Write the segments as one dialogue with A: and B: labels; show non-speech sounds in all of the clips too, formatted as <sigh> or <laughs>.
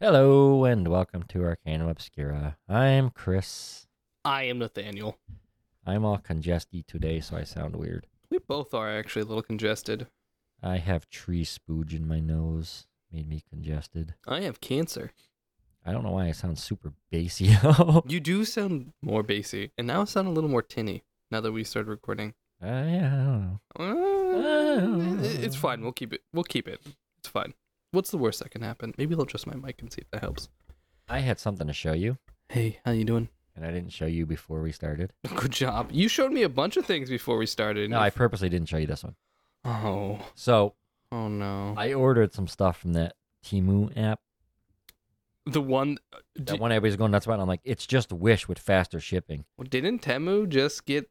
A: Hello and welcome to Arcanum Obscura. I'm Chris.
B: I am Nathaniel.
A: I'm all congesty today, so I sound weird.
B: We both are actually a little congested.
A: I have tree spooge in my nose, made me congested.
B: I have cancer.
A: I don't know why I sound super bassy. <laughs> uh,
B: You do sound more bassy, and now I sound a little more tinny now that we started recording.
A: yeah, I don't know.
B: Uh, it- It's fine. We'll keep it. We'll keep it. It's fine. What's the worst that can happen? Maybe I'll adjust my mic and see if that helps.
A: I had something to show you,
B: Hey, how you doing? <laughs>
A: and I didn't show you before we started.
B: Good job. You showed me a bunch of things before we started. and
A: No,
B: you
A: I
B: f-
A: purposely didn't show you this one.
B: Oh.
A: So
B: Oh no.
A: I ordered some stuff from that Timu app.
B: the one. uh,
A: That
B: d-
A: one everybody's going nuts about. and I'm like, it's just Wish with faster shipping.
B: Didn't Temu just get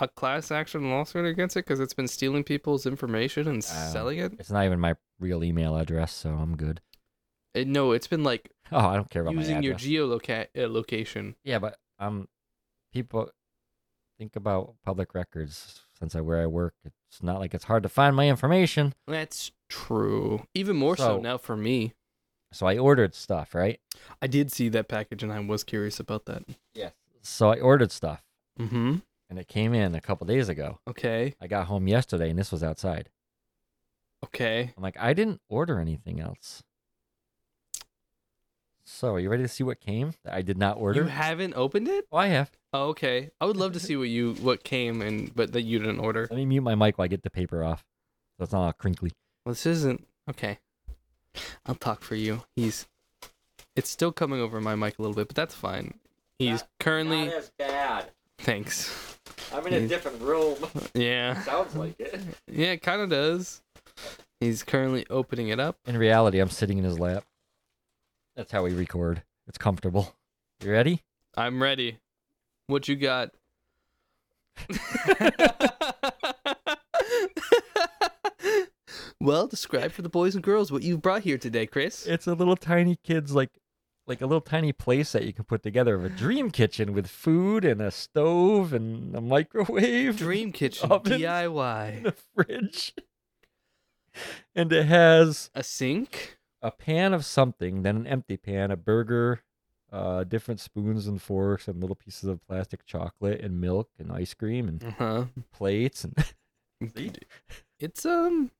B: a class action lawsuit against it because it's been stealing people's information and
A: Oh.
B: selling it?
A: It's not even my real email address, so I'm good.
B: Uh, no, it's been like
A: Oh, I don't care about my
B: using
A: address.
B: your geoloca- uh, location.
A: Yeah, but um, people think about public records since I where I work. It's not like it's hard to find my information.
B: That's true. Even more so,
A: So-
B: now for me.
A: So I ordered stuff, right?
B: I did see that package and I was curious about that.
A: Yes. So I ordered stuff,
B: Mm-hmm.
A: and it came in a couple days ago.
B: Okay.
A: I got home yesterday, and this was outside.
B: Okay.
A: I'm like, I didn't order anything else. So are you ready to see what came that I did not order?
B: You haven't opened it?
A: oh, I have.
B: Oh, okay. I would love to see what you what came and but that you didn't order.
A: Let me mute my mic while I get the paper off, so it's not all crinkly.
B: Well, this isn't okay. I'll talk for you. He's it's still coming over my mic a little bit, but that's fine. He's currently
A: as bad.
B: thanks.
A: I'm
B: in a He's-
A: different room. <laughs>
B: Yeah.
A: Sounds like it.
B: Yeah, it kind of does. He's currently opening it up.
A: In reality, I'm sitting in his lap. That's how we record. It's comfortable. You ready?
B: I'm ready. What you got? <laughs> well, describe for the boys and girls what you've brought here
A: <laughs>
B: today, Chris.
A: It's a little tiny kid's like like a little tiny place that you can put together of a dream kitchen with food and a stove and a microwave,
B: Dream Kitchen
A: Ovens. <laughs> and
B: DIY.
A: a fridge. And it has
B: A sink?
A: a pan of something, then an empty pan, a burger, uh, different spoons and forks, and little pieces of plastic chocolate and milk and ice cream and
B: Uh-huh.
A: plates and See?
B: It's um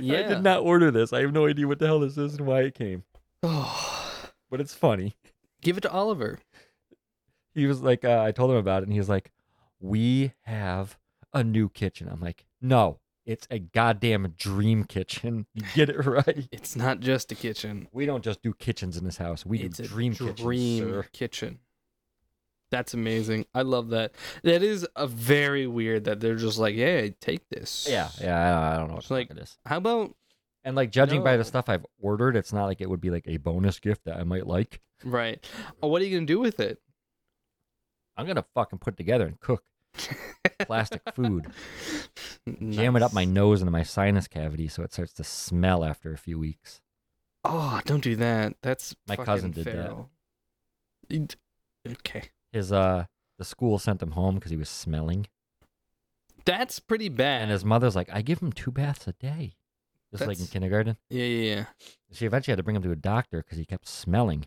B: yeah.
A: I did not order this. I have no idea what the hell this is and why it came,
B: Oh,
A: but it's funny.
B: give it to Oliver.
A: He was like, uh, I told him about it, and he was like, "We have a new kitchen." I'm like, "No, it's a goddamn dream kitchen. <laughs> You Get it right.
B: It's not just a kitchen.
A: We don't just do kitchens in this house. We
B: it's
A: do
B: a
A: dream, kitchens,
B: dream
A: sir."
B: kitchen. That's amazing. I love that. That is a very weird that they're just like, yeah, take this.
A: Yeah, yeah. I- I don't know what
B: It's
A: the fuck
B: like-
A: it is.
B: How about
A: And like judging by
B: No.
A: the stuff I've ordered, it's not like it would be like a bonus gift that I might like.
B: right? Oh, what are you gonna do with it?
A: I'm gonna fucking put together and
B: <laughs>
A: cook plastic food. jam it up my
B: Nice.
A: nose into my sinus cavity so it starts to smell after a few weeks.
B: Oh, don't do that. That's
A: My
B: fucking
A: cousin did that.
B: feral. that. Okay,
A: His uh the school sent him home because he was smelling.
B: that's pretty bad.
A: And his mother's like, I give him two baths a day. Just like in
B: That's-
A: kindergarten.
B: yeah, yeah, yeah.
A: She eventually had to bring him to a doctor because he kept smelling.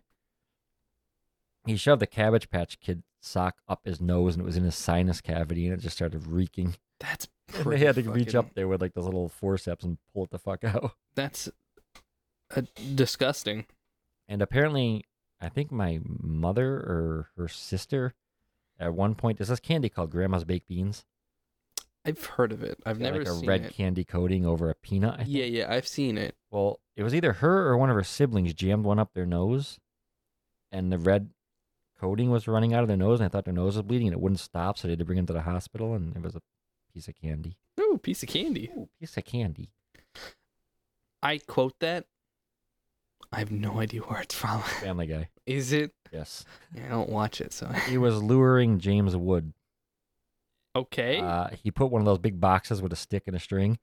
A: He shoved the cabbage patch kid sock up his nose and it was in his sinus cavity and it just started reeking.
B: That's
A: <laughs> And they
B: pretty
A: had to reach
B: fucking-
A: up there with like those little forceps and pull it the fuck out.
B: That's uh, disgusting.
A: And apparently, I think my mother or her sister at one point there's this candy called Grandma's Baked Beans.
B: I've heard of it. I've
A: Got,
B: never
A: like a
B: seen
A: red
B: it.
A: candy coating over a peanut. I think.
B: Yeah, yeah, I've seen it.
A: Well, it was either her or one of her siblings jammed one up their nose, and the red coating was running out of their nose, and I thought their nose was bleeding, and it wouldn't stop, so they had to bring him to the hospital, and it was a piece of candy.
B: Ooh, piece of candy.
A: Ooh, piece of candy.
B: I quote that. I have no idea where it's from. <laughs>
A: Family Guy.
B: Is it?
A: Yes.
B: I don't watch it, so
A: He was luring James Wood
B: okay.
A: Uh, he put one of those big boxes with a stick and a string,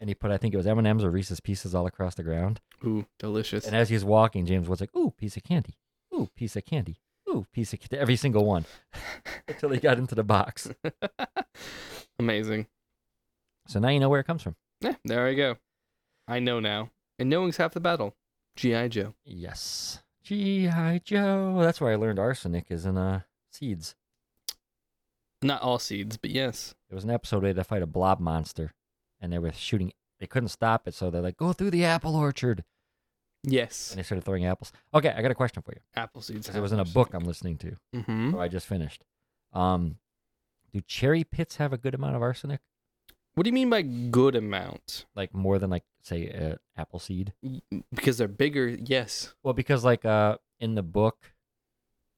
A: and he put I think it was M and M's or Reese's Pieces all across the ground.
B: Ooh, delicious.
A: And as he's walking, James Wood's like, "Ooh, piece of candy! Ooh, piece of candy! Ooh, piece of candy!" Every single one until he got into the box.
B: <laughs> Amazing.
A: So now you know where it comes from.
B: Yeah, there I go. I know now, and knowing's half the battle. GI Joe.
A: Yes. G.I. Joe. That's where I learned arsenic is in uh seeds.
B: Not all seeds, but yes.
A: There was an episode where they had to fight a blob monster and they were shooting they couldn't stop it, so they're like, Go through the apple orchard
B: Yes.
A: and they started throwing apples. Okay, I got a question for you.
B: Apple seeds.
A: Because it was in a book I'm listening to.
B: Mm-hmm.
A: Or I just finished. Um do cherry pits have a good amount of arsenic?
B: What do you mean by good amount?
A: Like more than like say uh, apple seed?
B: Y- Because they're bigger, yes.
A: Well, because like uh in the book,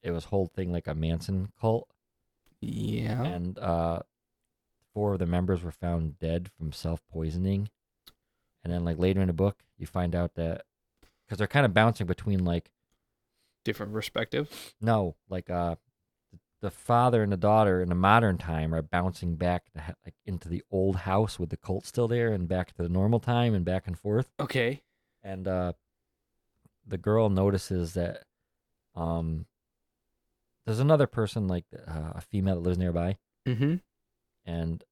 A: it was whole thing like a Manson cult,
B: Yeah.
A: and uh four of the members were found dead from self poisoning, and then like later in the book, you find out that because they're kind of bouncing between like
B: Different perspective.
A: no like uh the father and the daughter in the modern time are bouncing back the, ha- like into the old house with the cult still there and back to the normal time and back and forth
B: Okay.
A: and uh the girl notices that um there's another person like uh, a female that lives nearby
B: Mm-hmm.
A: and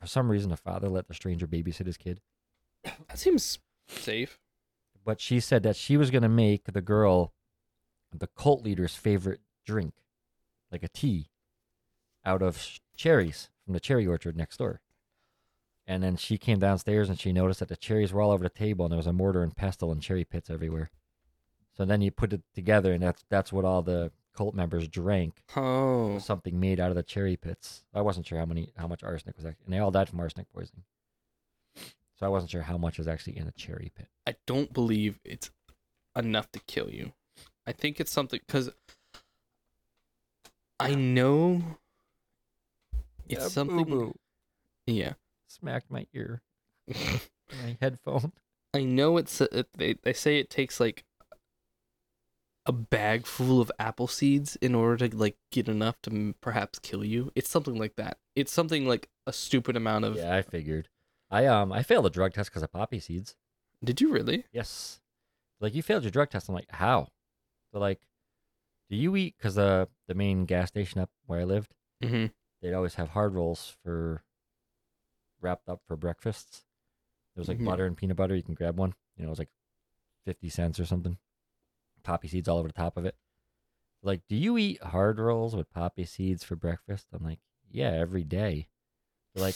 A: for some reason the father let the stranger babysit his kid
B: That seems safe.
A: but she said that she was going to make the girl the cult leader's favorite drink like a tea out of sh- cherries from the cherry orchard next door and then she came downstairs and she noticed that the cherries were all over the table and there was a mortar and pestle and cherry pits everywhere so then you put it together and that's that's what all the cult members drank
B: Oh.
A: was something made out of the cherry pits i wasn't sure how many how much arsenic was actually and they all died from arsenic poisoning so i wasn't sure how much is actually in a cherry pit
B: I don't believe it's enough to kill you. I think it's something because I know it's something. Yeah, <laughs>
A: smacked my ear, my <laughs> headphone.
B: I know it's. uh, They they say it takes like a bag full of apple seeds in order to like get enough to m- perhaps kill you. It's something like that. It's something like a stupid amount of.
A: Yeah, I figured. I um I failed a drug test because of poppy seeds.
B: Did you really?
A: Yes. Like you failed your drug test. I'm like, how? They're like, do you eat? Because the the main gas station up where I lived,
B: Mm-hmm.
A: they'd always have hard rolls for wrapped up for breakfasts. There was like
B: Mhm.
A: butter and peanut butter. You can grab one. You know, it was like fifty cents or something. Poppy seeds all over the top of it. Like, do you eat hard rolls with poppy seeds for breakfast? I'm like, yeah, every day. They're like,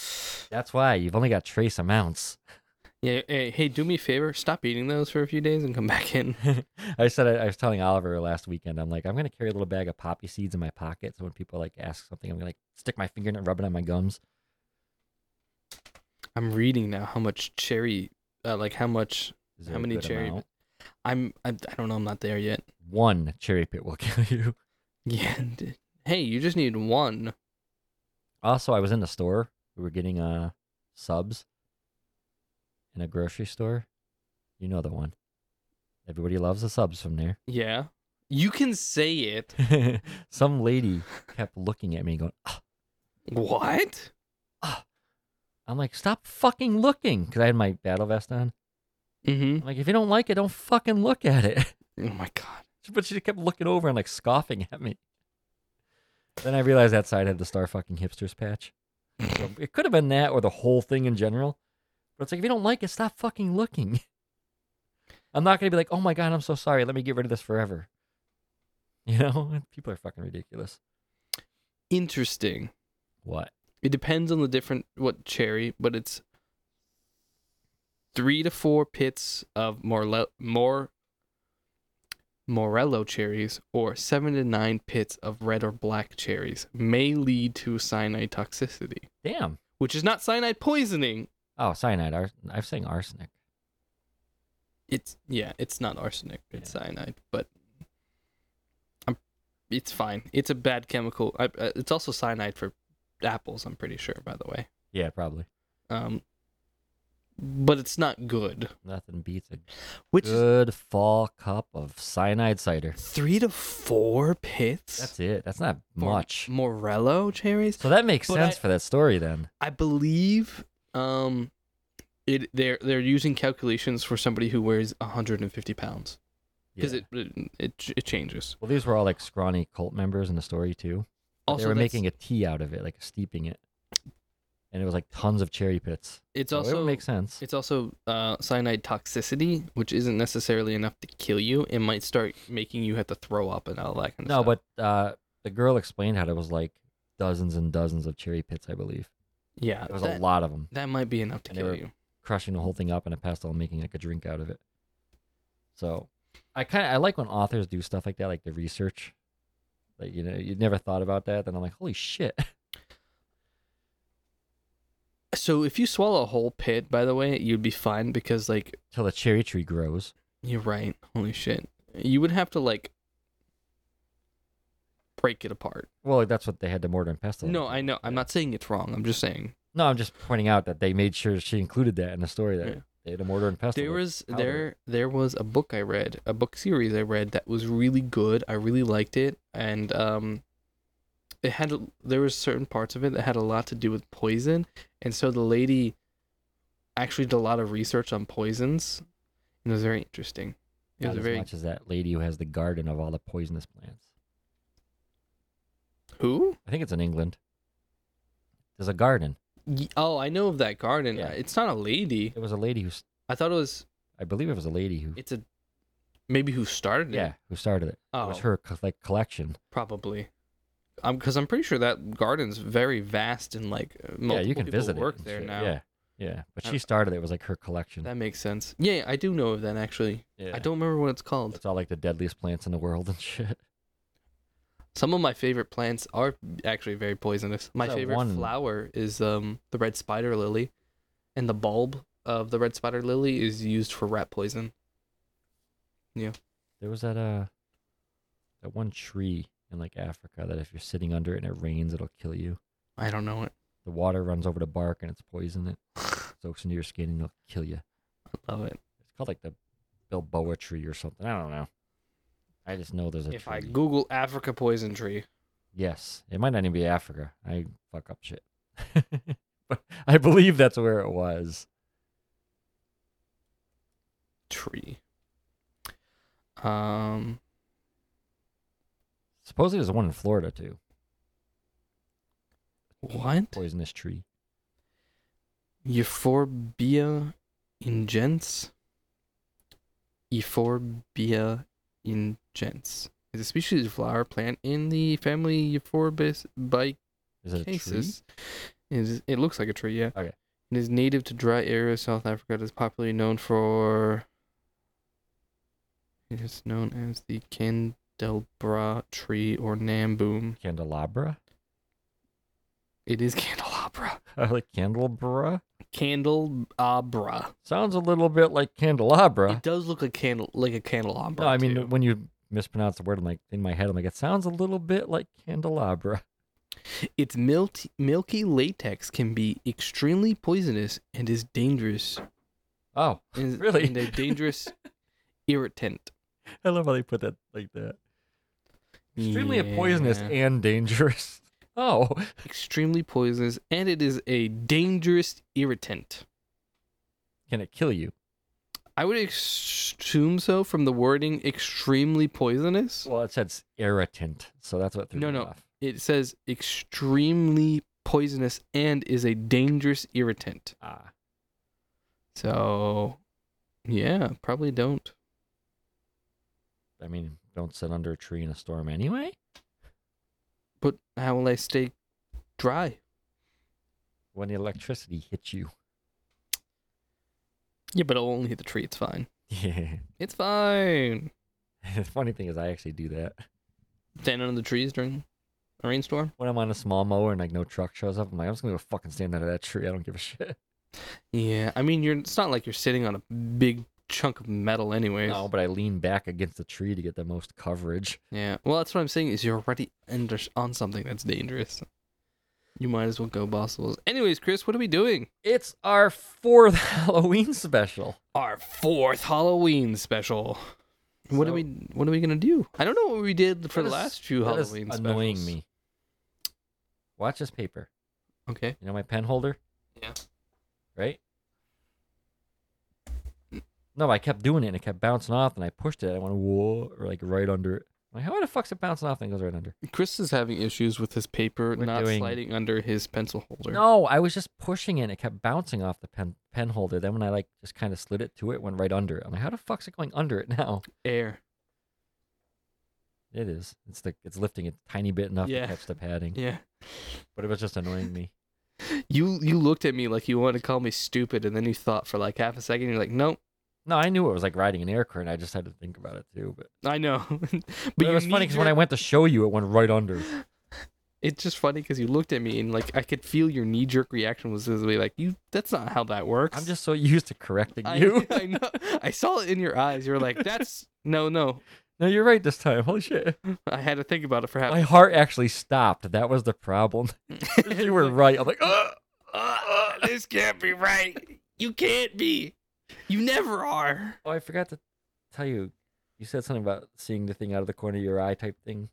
A: that's why you've only got trace amounts.
B: <sighs>
A: <laughs>
B: Yeah. Hey, hey, do me a favor. Stop eating those for a few days and come <laughs> back in.
A: I said I, I was telling Oliver last weekend. I'm like, I'm gonna carry a little bag of poppy seeds in my pocket, so when people like ask something, I'm gonna like stick my finger in it, rub it on my gums.
B: I'm reading now how much cherry, uh, like how much
A: Is
B: How
A: there a
B: many
A: good
B: cherry
A: amount?
B: I'm. I, I don't know. I'm not there yet. <laughs>
A: One cherry pit will <laughs> kill you.
B: Yeah. d- Hey, you just need one.
A: Also, I was in the store. We were getting uh subs in a grocery store. You know the one. Everybody loves the subs from there.
B: Yeah. You can say it.
A: <laughs> Some lady kept looking at me, going, "Ah."
B: What?
A: "I'm like, stop fucking looking," because I had my battle vest on.
B: Mm-hmm.
A: I'm like, if you don't like it, don't fucking look at it. <laughs>
B: Oh my god.
A: But she kept looking over and like scoffing at me. Then I realized that side had the star fucking hipsters patch.
B: <laughs>
A: So it could have been that or the whole thing in general. But it's like if you don't like it, stop fucking looking. <laughs> I'm not gonna be like, oh my god, I'm so sorry. Let me get rid of this forever. <laughs> You know, people are fucking ridiculous.
B: Interesting.
A: What?
B: It depends on the different what cherry, but it's three to four pits of morle- more morello cherries or seven to nine pits of red or black cherries may lead to cyanide toxicity.
A: Damn.
B: which is not cyanide poisoning.
A: Oh, cyanide. Ars- I was saying arsenic.
B: It's yeah, it's not arsenic. It's cyanide, but I'm, it's fine. It's a bad chemical. I, uh, it's also cyanide for apples. I'm pretty sure, by the way.
A: Yeah, probably.
B: Um, but it's not good.
A: Nothing beats a
B: Which is
A: good fall cup of cyanide cider.
B: three to four pits.
A: That's it. That's not
B: for
A: much.
B: Morello cherries.
A: So that makes
B: But
A: sense
B: I-
A: for that story then.
B: I believe um, it they're they're using calculations for somebody who weighs 150 pounds because
A: Yeah.
B: it, it it it changes.
A: well, these were all like scrawny cult members in the story too. But they were
B: that's-
A: making a tea out of it, like steeping it. and it was like tons of cherry pits.
B: It's
A: So it
B: also
A: would make sense.
B: It's also uh, cyanide toxicity, which isn't necessarily enough to kill you. It might start making you have to throw up and all that kind of
A: No,
B: stuff.
A: but uh, the girl explained how there was like dozens and dozens of cherry pits, I believe.
B: yeah,
A: There was
B: that,
A: a lot of them,
B: that might be enough to
A: And they
B: kill
A: were-
B: you.
A: crushing the whole thing up in a pastel, and making like a drink out of it. So, I kind of I like when authors do stuff like that, like the research. Like you know, you never thought about that. Then I'm like, holy shit! <laughs>
B: So if you swallow a whole pit, by the way, you'd be fine because like
A: Till the cherry tree grows.
B: you're right. Holy shit, you would have to like break it apart.
A: Well, like, that's what they had to mortar and pestle.
B: No, I know. I'm not saying it's wrong. I'm just saying
A: No, I'm just pointing out that they made sure she included that in the story. That
B: Yeah.
A: they had a mortar and pestle.
B: There
A: like,
B: was
A: powder.
B: there there was a book I read, a book series I read that was really good. I really liked it, and um, it had a- there was certain parts of it that had a lot to do with poison, and so the lady actually did a lot of research on poisons, and it was very interesting. It
A: not
B: was
A: as
B: very
A: much as that lady who has the garden of all the poisonous plants.
B: who?
A: I think it's in England. There's a garden.
B: Ye- Oh, I know of that garden.
A: Yeah.
B: It's not a lady.
A: There was a lady who's,
B: I thought it was.
A: I believe it was a lady who,
B: It's a maybe who started it.
A: yeah, who started it.
B: Oh,
A: It was her co- like collection.
B: Probably. Um, because I'm pretty sure that garden's very vast and like uh, multiple
A: yeah, you can
B: people
A: visit
B: work
A: it. and
B: there
A: shit.
B: now.
A: Yeah, yeah. But
B: I-
A: she started it. It was like her collection.
B: That makes sense. Yeah, I do know of that actually.
A: yeah.
B: I don't remember what it's called.
A: It's all like the deadliest plants in the world <laughs> and shit.
B: Some of my favorite plants are actually very poisonous. My
A: that
B: favorite
A: one-
B: flower is um the red spider lily, and the bulb of the red spider lily is used for rat poison.
A: There was that uh, that one tree in like Africa that if you're sitting under it and it rains, it'll kill you.
B: I don't know it.
A: The water runs over the bark and it's poison. It soaks into your skin and it'll kill you.
B: I love it.
A: It's called like the Bilboa tree or something. I don't know. I just know there's a
B: If
A: tree.
B: I Google Africa poison tree,
A: Yes, it might not even be Africa. I fuck up shit, <laughs> but I believe that's where it was.
B: tree. Um,
A: Supposedly, there's one in Florida too.
B: what?
A: Poisonous tree.
B: Euphorbia ingens. Euphorbia ingens is a species of flower plant in the family Euphorbis
A: Is it
B: bicaceae. It Is it looks like a tree, yeah.
A: Okay.
B: It is native to dry areas of South Africa. It is popularly known for. It is known as the candelabra tree or namboom.
A: a tree? Candelabra. <laughs>
B: It is <laughs> candelabra.
A: like candelabra.
B: Candelabra.
A: Sounds a little bit like candelabra.
B: It does look like candle, like a candelabra.
A: No, I mean
B: too.
A: when you mispronounce the word, I'm like in my head, I'm like it sounds a little bit like candelabra.
B: its milky, milky latex can be extremely poisonous and is dangerous.
A: Oh,
B: Is,
A: <laughs> Really?
B: and a dangerous irritant.
A: I love how they put that like that. Extremely poisonous
B: Yeah.
A: and dangerous. <laughs> Oh,
B: extremely poisonous, and it is a dangerous irritant.
A: can it kill you?
B: I would ex- assume so from the wording "extremely poisonous."
A: Well, it says irritant, so that's what threw
B: No,
A: me
B: no.
A: off.
B: It says extremely poisonous and is a dangerous irritant.
A: Ah,
B: So, yeah, probably don't.
A: I mean, don't sit under a tree in a storm anyway.
B: But how will I stay dry?
A: When the electricity hits you, <laughs>
B: Yeah, but it'll only hit the tree. It's fine.
A: yeah.
B: It's fine.
A: the funny thing is, I actually do that
B: Stand under the trees during a rainstorm.
A: when I'm on a small mower and like no truck shows up. I'm like, I'm just gonna go fucking stand under that tree. I don't give a shit.
B: Yeah, I mean, you're. It's not like you're sitting on a big chunk of metal, anyways.
A: No, but I lean back against the tree to get the most coverage.
B: Yeah. Well, that's what I'm saying is you're already under, on something that's dangerous. You might as well go bossables. Anyways, Chris, what are we doing?
A: It's our fourth <laughs> Halloween special.
B: Our fourth Halloween special. What are
A: So-
B: we? What are we gonna do? I don't know what we did for
A: That
B: the
A: is-
B: last few
A: that is
B: Halloween
A: annoying
B: specials.
A: me. Watch this paper.
B: Okay.
A: You know my pen holder?
B: Yeah.
A: Right? No, I kept doing it and it kept bouncing off and I pushed it. I went, whoa, or like right under it. I'm Like, how the fuck's it bouncing off and goes right under?
B: Chris is having issues with his paper
A: We're
B: not
A: doing-
B: sliding under his pencil holder.
A: No, I was just pushing it and it kept bouncing off the pen pen holder. Then when I like just kind of slid it to it, it went right under it. I'm like, how the fuck's it going under it now? <laughs>
B: Air.
A: It is. It's the it's lifting a tiny bit enough
B: Yeah.
A: to catch the padding.
B: Yeah.
A: But it was just annoying me.
B: You you looked at me like you wanted to call me stupid, and then you thought for like half a second. You're like, nope,
A: No, I knew it was like riding an air current. I just had to think about it too. But,
B: I know. <laughs> but
A: but
B: you
A: it was funny
B: need
A: because when I
B: your-
A: went to show you, it went right under.
B: it's just funny because you looked at me and like I could feel your knee jerk reaction was this way, like you. That's not how that works.
A: I'm just so used to correcting
B: I,
A: you.
B: <laughs> I know. I saw it in your eyes. You were like,
A: <laughs>
B: that's no, no.
A: no, you're right this time. Holy shit.
B: I had to think about it for half.
A: My heart actually stopped. That was the problem. <laughs> you were right. I'm like, "Oh,
B: uh, uh, uh, <laughs> this can't be right. You can't be. You never are.
A: Oh, I forgot to tell you. You said something about seeing the thing out of the corner of your eye type thing.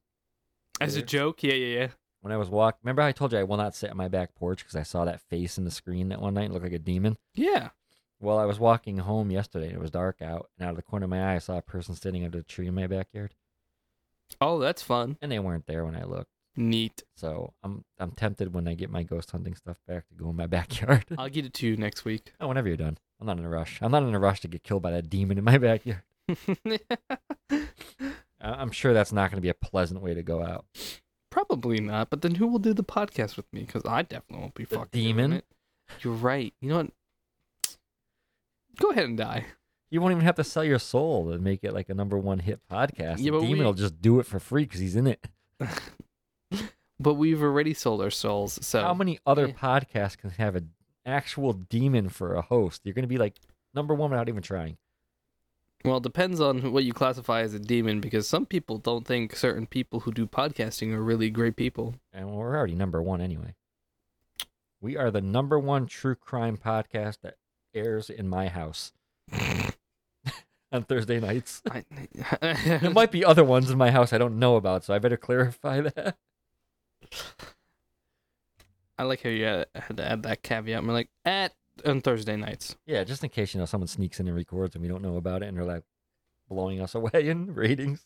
B: As a
A: Weird.
B: joke, yeah, yeah, yeah.
A: When I was walk, remember I told you I will not sit on my back porch because I saw that face in the screen that one night and looked like a demon.
B: Yeah.
A: Well, I was walking home yesterday and it was dark out, and out of the corner of my eye, I saw a person standing under a tree in my backyard,
B: Oh, that's fun.
A: and they weren't there when I looked.
B: Neat.
A: So I'm I'm tempted when I get my ghost hunting stuff back to go in my <laughs> backyard.
B: I'll get it to you next week. <laughs>
A: oh, whenever you're done, I'm not in a rush. I'm not in a rush to get killed by that demon in my <laughs> backyard. I- I'm sure that's not going to be a pleasant way to go out.
B: Probably not, but then who will do the podcast with me? Because I definitely won't be
A: The
B: fucking doing
A: demon?
B: it. You're right. You know what? Go ahead and die.
A: You won't even have to sell your soul to make it like a number one hit podcast.
B: Yeah,
A: The
B: but
A: Demon
B: we-
A: will just do it for free because he's in it.
B: But we've already sold our souls, so
A: How many other
B: yeah.
A: podcasts can have an actual demon for a host? You're going to be like number one without even trying.
B: well, it depends on who- what you classify as a demon, because some people don't think certain people who do podcasting are really
A: <laughs>
B: great people.
A: And we're already number one anyway. We are the number one true crime podcast that airs in my house
B: <laughs>
A: on Thursday nights.
B: I,
A: There might be other ones in my house I don't know about, so I better <laughs> clarify that.
B: <laughs> I like how you had had to add that caveat. We're like at on Thursday nights.
A: Yeah, just in case you know someone sneaks in and records and we don't know about it and they're like blowing us away in <laughs> ratings.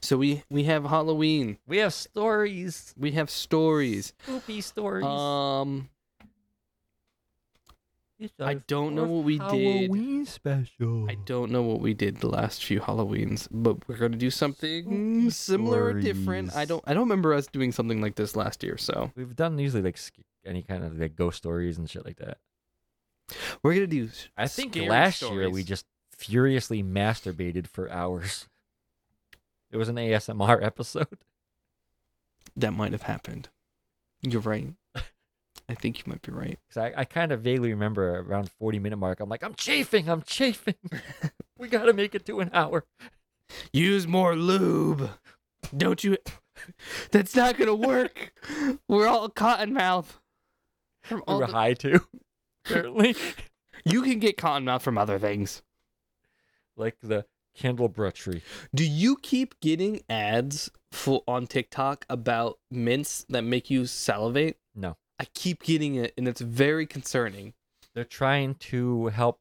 B: So we we have Halloween.
A: We have stories,
B: We have stories.
A: spooky stories.
B: Um,
A: It's
B: I
A: our
B: don't know
A: fourth
B: what we did.
A: Halloween special.
B: I don't know what we did the last few Halloweens, but we're gonna do something
A: Spooky
B: similar or different. I
A: stories.
B: don't I don't remember us doing something like this last year, so
A: We've done usually like sc- any kind of like ghost stories and shit like that.
B: we're gonna do. s-
A: I think
B: scary
A: last year
B: stories.
A: we just furiously masturbated for hours. It was an ASMR episode. <laughs>
B: that might have happened. You're right. <laughs> I think you might be right.
A: 'Cause I, I kind of vaguely remember around 40 minute mark, I'm like, I'm chafing, I'm
B: <laughs>
A: chafing. <laughs> we got to make it to an hour.
B: Use more lube. Don't you? That's not gonna work. <laughs> We're all cotton mouth. From
A: We
B: all
A: were
B: the-
A: high too, <laughs>
B: <laughs>
A: apparently.
B: you can get cotton mouth from other things.
A: like the Candlebra tree.
B: Do you keep getting ads for on TikTok about mints that make you salivate?
A: No.
B: I keep getting it, and it's very concerning.
A: They're trying to help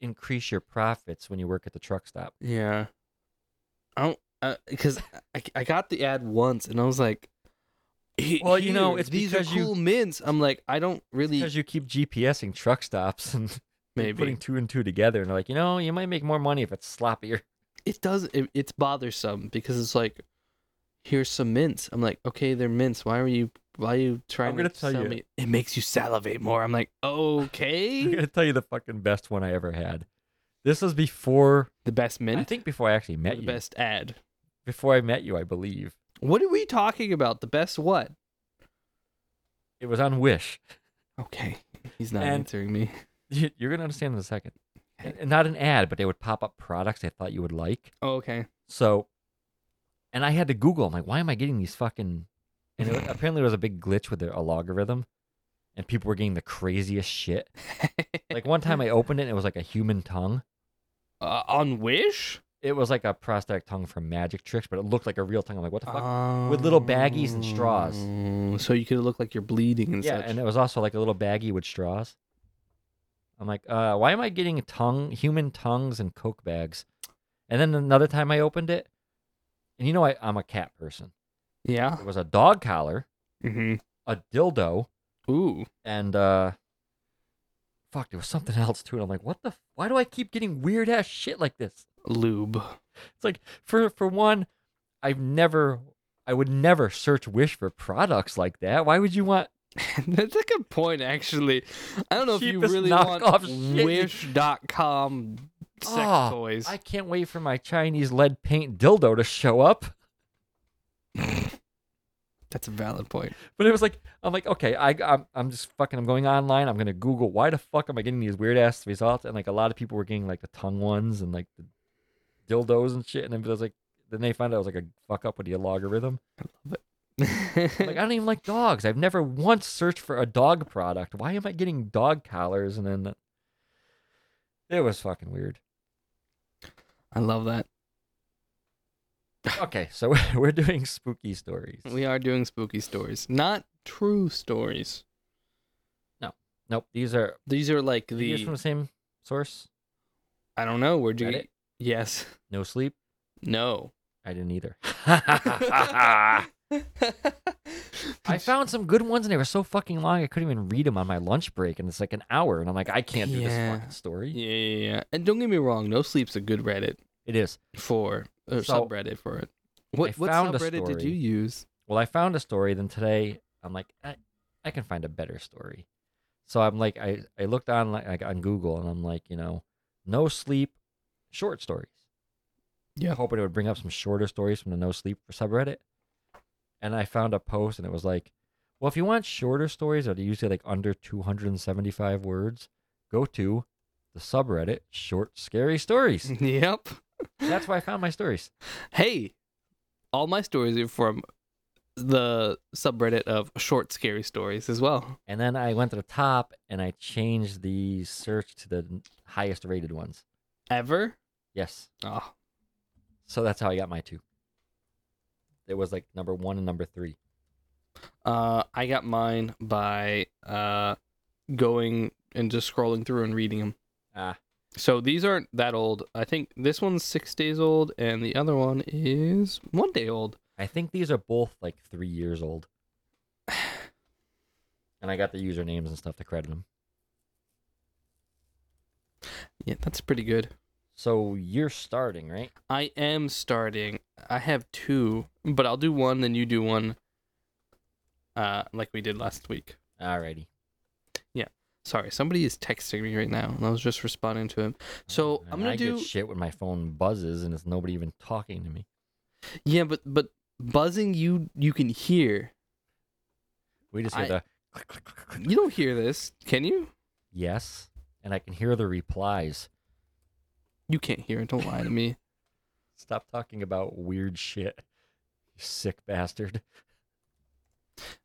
A: increase your profits when you work at the truck stop.
B: Yeah. I don't because I, I got the ad once, and I was like. "He-
A: Well, you know,
B: here,
A: it's
B: these are
A: because you-
B: cool mints. I'm like, I don't really
A: Because you keep GPSing truck stops <laughs> and you're
B: maybe
A: putting two and two together, and they're like, you know, you might make more money if it's sloppier.
B: it does it, it's bothersome because it's like here's some mints i'm like okay they're mints why are you why are you trying
A: gonna
B: to
A: tell
B: sell
A: you.
B: me it makes you salivate more
A: <laughs>
B: i'm like
A: I'm
B: okay
A: gonna tell you the fucking best one I ever had. This was before
B: the best mint
A: I think before I actually
B: or
A: met
B: the
A: you.
B: best ad
A: Before I met you, I believe
B: what are we talking about the best what
A: it was on Wish. <laughs>
B: okay <laughs> he's not
A: And-
B: answering me
A: You- You're gonna understand in a second. And- and not an ad, but they would pop up products they thought you would like.
B: <laughs> oh, <laughs> okay
A: So, and I had to Google. I'm like, why am I getting these fucking? And it, apparently, there was a big glitch with their, a logarithm, and people were getting the craziest shit. Like one time, I opened it, and it was like a human tongue.
B: uh, on wish
A: It was like a prosthetic tongue from Magic Tricks, but it looked like a real tongue. I'm like, what the fuck? With little baggies and straws.
B: Oh, so you could look like you're bleeding and
A: yeah,
B: such
A: and it was also like a little baggie with straws. I'm like, uh, why am I getting tongue, human tongues and Coke bags? And then another time I opened it, And you know, I, I'm a cat person.
B: Yeah.
A: It was a dog collar,
B: Mm-hmm.
A: a dildo,
B: Ooh.
A: and uh, fuck, there was something else too. And I'm like, what the? f- Why do I keep getting weird ass shit like this?
B: Lube.
A: It's like for for one, I've never, I would never search Wish for products like that. Why would you want?
B: <laughs> That's a good point, actually. I don't know if
A: Cheapest
B: you Ah, really want
A: knockoff shit.
B: Wish.com sex
A: Oh,
B: toys.
A: I can't wait for my Chinese lead paint dildo to show up.
B: That's a valid <laughs> point.
A: But it was like I'm like okay, I I'm, I'm just fucking. I'm going online. I'm gonna Google why the fuck am I getting these weird ass results? And like a lot of people were getting like the tongue ones and like the dildos and shit. And then it was like then they found out it was like a fuck up with the logarithm. I'm Like I don't even like dogs. I've never once searched for a dog product. Why am I getting dog collars? And then it was fucking
B: <laughs>
A: weird.
B: <laughs> I love that.
A: Okay, so <laughs> we're doing spooky stories.
B: We are doing spooky stories, not true stories.
A: Nope, these are
B: These are like
A: the... these
B: the
A: from the same source.
B: I don't know. Where'd you?
A: Reddit?
B: Yes.
A: No sleep.
B: No.
A: I didn't
B: <laughs>
A: either. <laughs> I
B: I
A: found some good ones and they were so fucking long I couldn't even read them on my lunch break and it's like an hour and I'm like I can't do this
B: Yeah.
A: fucking story.
B: <laughs> Yeah, yeah, yeah. And don't get me wrong. No sleep's a good Reddit
A: It is.
B: for or
A: So,
B: subreddit for it. What what
A: found a
B: subreddit did
A: story.
B: you use?
A: Well, I found a story then today I'm like I, I can find a better story. So I'm like I I looked on like like, on Google and I'm like, you know, no sleep short stories.
B: Yeah.
A: Hoping it would bring up some shorter stories from the no sleep subreddit. And I found a post and it was like, well, if you want shorter stories that are usually like under 275 words, go to the subreddit short scary
B: <laughs>
A: stories.
B: <laughs> yep.
A: That's where I found my stories.
B: Hey, all my stories are from the subreddit of short scary stories as well.
A: And then I went to the top and I changed the search to the n- highest rated ones.
B: Ever?
A: Yes.
B: Oh,
A: So that's how I got my two. It was like number one and number three.
B: Uh, I got mine by uh, going and just scrolling through and reading them.
A: Ah,
B: So these aren't that old. I think this one's six days old, and the other one is one day old.
A: I think these are both like three years
B: <sighs>
A: old. And I got the usernames and stuff to credit them.
B: Yeah, that's pretty good.
A: So you're starting, right?
B: I am starting. I have two, but I'll do one, then you do one. Uh, like we did last week.
A: Alrighty.
B: Sorry, somebody is texting me right now, and I was just responding to him. So
A: And
B: I'm gonna
A: Oh, I
B: do.
A: get shit when my phone buzzes and it's nobody even talking to me.
B: yeah, but but buzzing you you can hear.
A: We just hear
B: I-
A: the
B: You don't hear this, can you?
A: yes, and I can hear the replies.
B: You can't hear it. Don't lie to me.
A: Stop talking about weird shit, you sick bastard.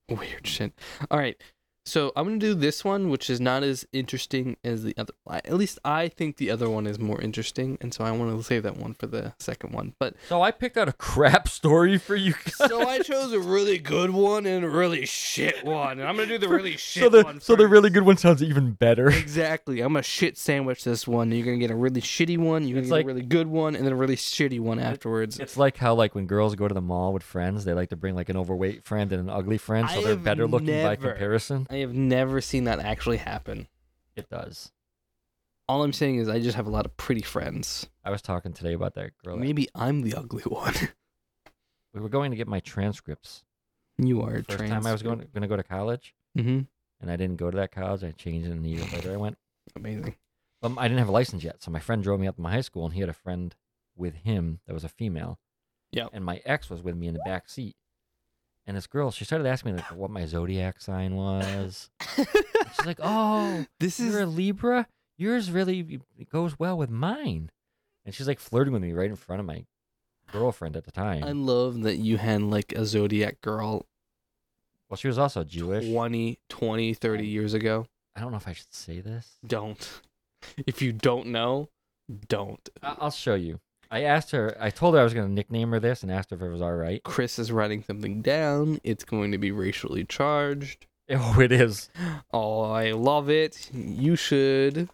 B: Weird shit. All right. So I'm going to do this one, which is not as interesting as the other. I- At least I think the other one is more interesting. And so I want to save that one for the second one. But
A: So I picked out a crap story for you. guys. <laughs>
B: so I chose a really good one and a really shit one. And I'm going to do the really shit
A: <laughs> so the
B: one.
A: so the
B: first.
A: really good one sounds even better.
B: Exactly. I'm going to shit sandwich this one. You're going to get a really shitty one. You're going
A: It's
B: to get
A: like-
B: a really good one. And then a really shitty one
A: <laughs>
B: afterwards.
A: It's like how like when girls go to the mall with friends, they like to bring like an overweight friend and an ugly friend, so
B: I
A: they're
B: have
A: better looking by
B: never-
A: comparison.
B: I have never seen that actually happen.
A: It does.
B: All I'm saying is I just have a lot of pretty friends.
A: I was talking today about that girl. that-
B: Maybe I'm the ugly one.
A: we were going to get my transcripts.
B: You are a
A: First
B: trans.
A: time I was going going to go to college,
B: Mm-hmm.
A: and I didn't go to that college. I changed it, and a year later I went.
B: Amazing.
A: Um, I didn't have a license yet, so my friend drove me up to my high school, and he had a friend with him that was a female.
B: Yep.
A: And my ex was with me in the back seat, and this girl, she started asking me like what my zodiac sign was. She's like, "Oh,
B: <laughs> <gasps> this is
A: you're a Libra. Yours really it goes well with mine." And she's like flirting with me right in front of my girlfriend at the time.
B: I love that you had like a Zodiac girl
A: well, she was also Jewish.
B: 20, 20, 30 years ago.
A: I don't know if I should say this.
B: Don't. If you don't know, don't.
A: I- I'll show you. I asked her. I told her I was going to nickname her this, and asked her if it was all right. <laughs>
B: Chris is writing something down. It's going to be racially charged.
A: Oh, it is.
B: Oh, I love it. You should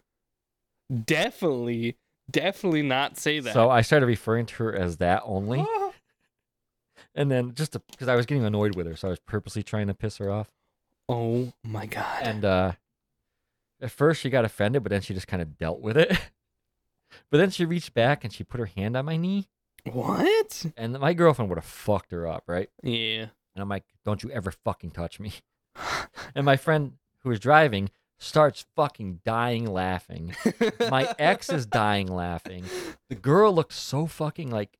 B: definitely, definitely not say that.
A: So I started referring to her as that only.
B: Oh,
A: And then just because I was getting annoyed with her, so I was purposely trying to piss her
B: <sighs>
A: off.
B: <gasps> Oh my god.
A: And uh, at first she got offended, but then she just kind of dealt with it. <laughs> but then she reached back and she put her hand on my knee,
B: what?
A: and my girlfriend would have fucked her up, right?
B: Yeah.
A: And I'm like, don't you ever fucking touch me. <laughs> And my friend who was driving starts fucking dying laughing.
B: <laughs>
A: My ex is dying laughing. The girl looked so fucking like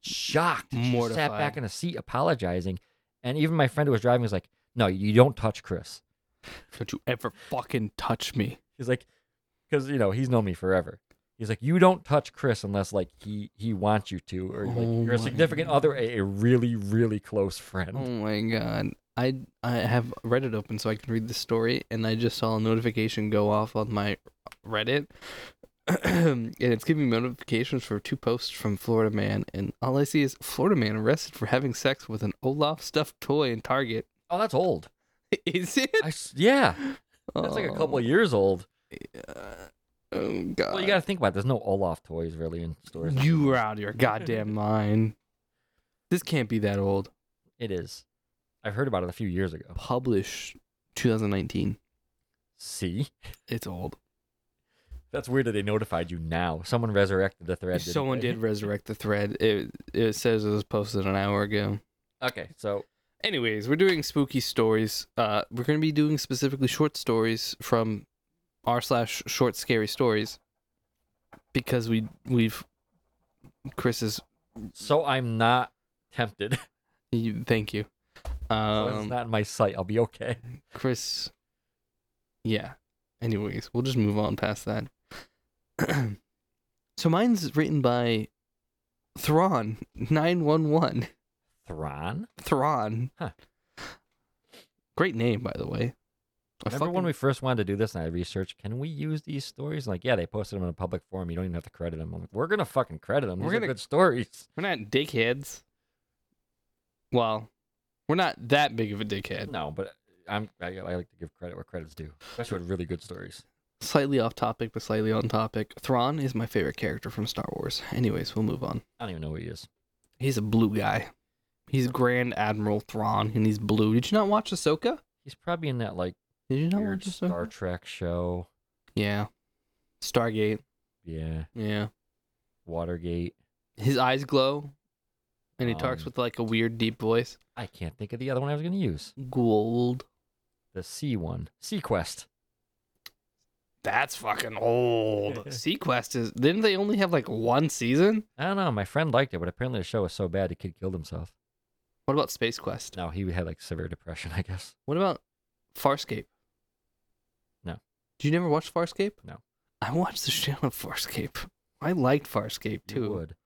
A: shocked. She sat back
B: Mortified.
A: in a seat apologizing. And even my friend who was driving was like, no, you don't touch Chris.
B: Don't you ever fucking touch me.
A: He's like, because you know he's known me forever. He's like, you don't touch Chris unless like he he wants you to, or like
B: Oh
A: you're a
B: my
A: significant other, a, a really really close friend.
B: Oh my god. I I have Reddit open so I can read the story and I just saw a notification go off on my Reddit. <clears throat> and it's giving me notifications for two posts from Florida Man and all I see is Florida Man arrested for having sex with an Olaf stuffed toy in Target. <laughs>
A: Oh, that's old.
B: Is it?
A: I s yeah, that's like a
B: Oh.
A: couple of years old.
B: Uh, oh god.
A: Well, you got to think about. It. There's no Olaf toys really in stores.
B: You were out of your goddamn mind. This can't be that old.
A: It is. I've heard about it a few years ago.
B: Publish 2019.
A: See,
B: It's old.
A: that's weird that they notified you now. Someone resurrected the thread. didn't
B: Someone
A: they?
B: did resurrect the thread. It it says it was posted an hour ago.
A: <laughs> Okay, so
B: Anyways, we're doing spooky stories. Uh, we're gonna be doing specifically short stories from r slash short scary stories because we we've Chris is
A: so I'm not tempted. <laughs>
B: you, thank you.
A: So
B: Um,
A: it's not in my sight. I'll be okay.
B: Chris. Yeah. Anyways, we'll just move on past that. <clears throat> so mine's written by Thrawn nine one one.
A: Thron.
B: Thrawn.
A: Huh.
B: Great name, by the way. I
A: Remember when
B: fucking-
A: we first wanted to do this and I researched, can we use these stories? Like, yeah, they posted them in a public forum. You don't even have to credit them. I'm like, we're going to fucking credit them. These
B: We're
A: are
B: gonna-
A: good stories. <laughs>
B: we're not dickheads. Well, we're not that big of a dickhead.
A: No, but I'm, I, I like to give credit where credit's due, especially with really good stories.
B: Slightly off topic, but slightly on topic. Thrawn is my favorite character from Star Wars. Anyways, we'll move on.
A: I don't even know who he is.
B: He's a blue guy. He's Grand Admiral Thrawn, and he's blue. Did you not watch Ahsoka?
A: He's probably in that like
B: Did you not
A: weird
B: watch Ahsoka?
A: Star Trek show.
B: Yeah. Stargate.
A: Yeah,
B: Yeah.
A: Watergate.
B: His eyes glow, and he talks
A: Um,
B: with like a weird deep voice.
A: I can't think of the other one I was going to use.
B: Gold.
A: The C one, Sequest.
B: That's fucking
A: <laughs>
B: old. Sequest is. Didn't they only have like one season?
A: I don't know. My friend liked it, but apparently the show was so bad the kid killed himself.
B: What about Space Quest?
A: No, he had like severe depression, <laughs> I guess.
B: What about Farscape?
A: No.
B: Did you never watch Farscape?
A: No.
B: I watched the shit of Farscape. I liked Farscape
A: You
B: too.
A: would.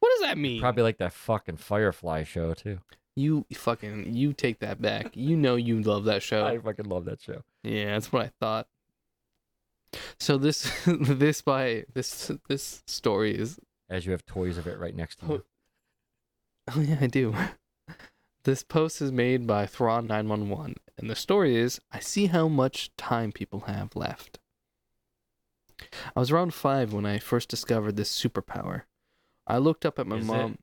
B: What does that mean?
A: Probably like that fucking Firefly show too.
B: You fucking you take that back. You know you love that show.
A: I fucking love that show.
B: Yeah, that's what I thought. So this <laughs> this by this this story is
A: As you have toys of it right next to
B: Oh.
A: you.
B: <laughs> oh yeah I do. This post is made by Thrawn nine one one, and the story is I see how much time people have left. I was around five when I first discovered this superpower. I looked up at my
A: Is it?
B: mom.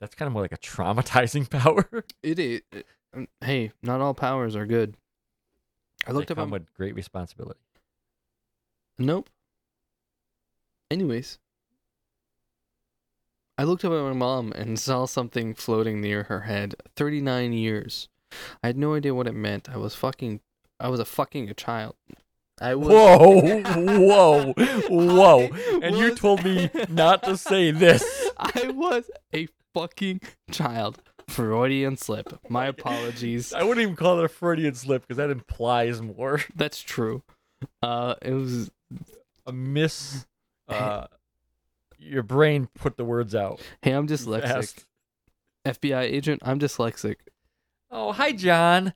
A: That's kind of more like a traumatizing <laughs> power.
B: It is. it- hey, not all powers are good. I looked
A: they
B: up at
A: come with great responsibility.
B: Nope. Anyways, I looked up at my mom and saw something floating near her head. 39 years. I had no idea what it meant. I was fucking I was a fucking a child. I was <laughs>
A: Whoa, whoa, whoa.
B: I
A: And you
B: was-
A: told me not to say this.
B: <laughs> I was a fucking child. Freudian slip. My
A: <laughs>
B: apologies.
A: I wouldn't even call it a Freudian slip because that implies more.
B: That's true. Uh it was
A: A
B: <laughs>
A: miss. Uh, your brain put the words out.
B: hey, I'm
A: too
B: dyslexic.
A: fast.
B: FBI agent, I'm dyslexic.
A: Oh, hi, John.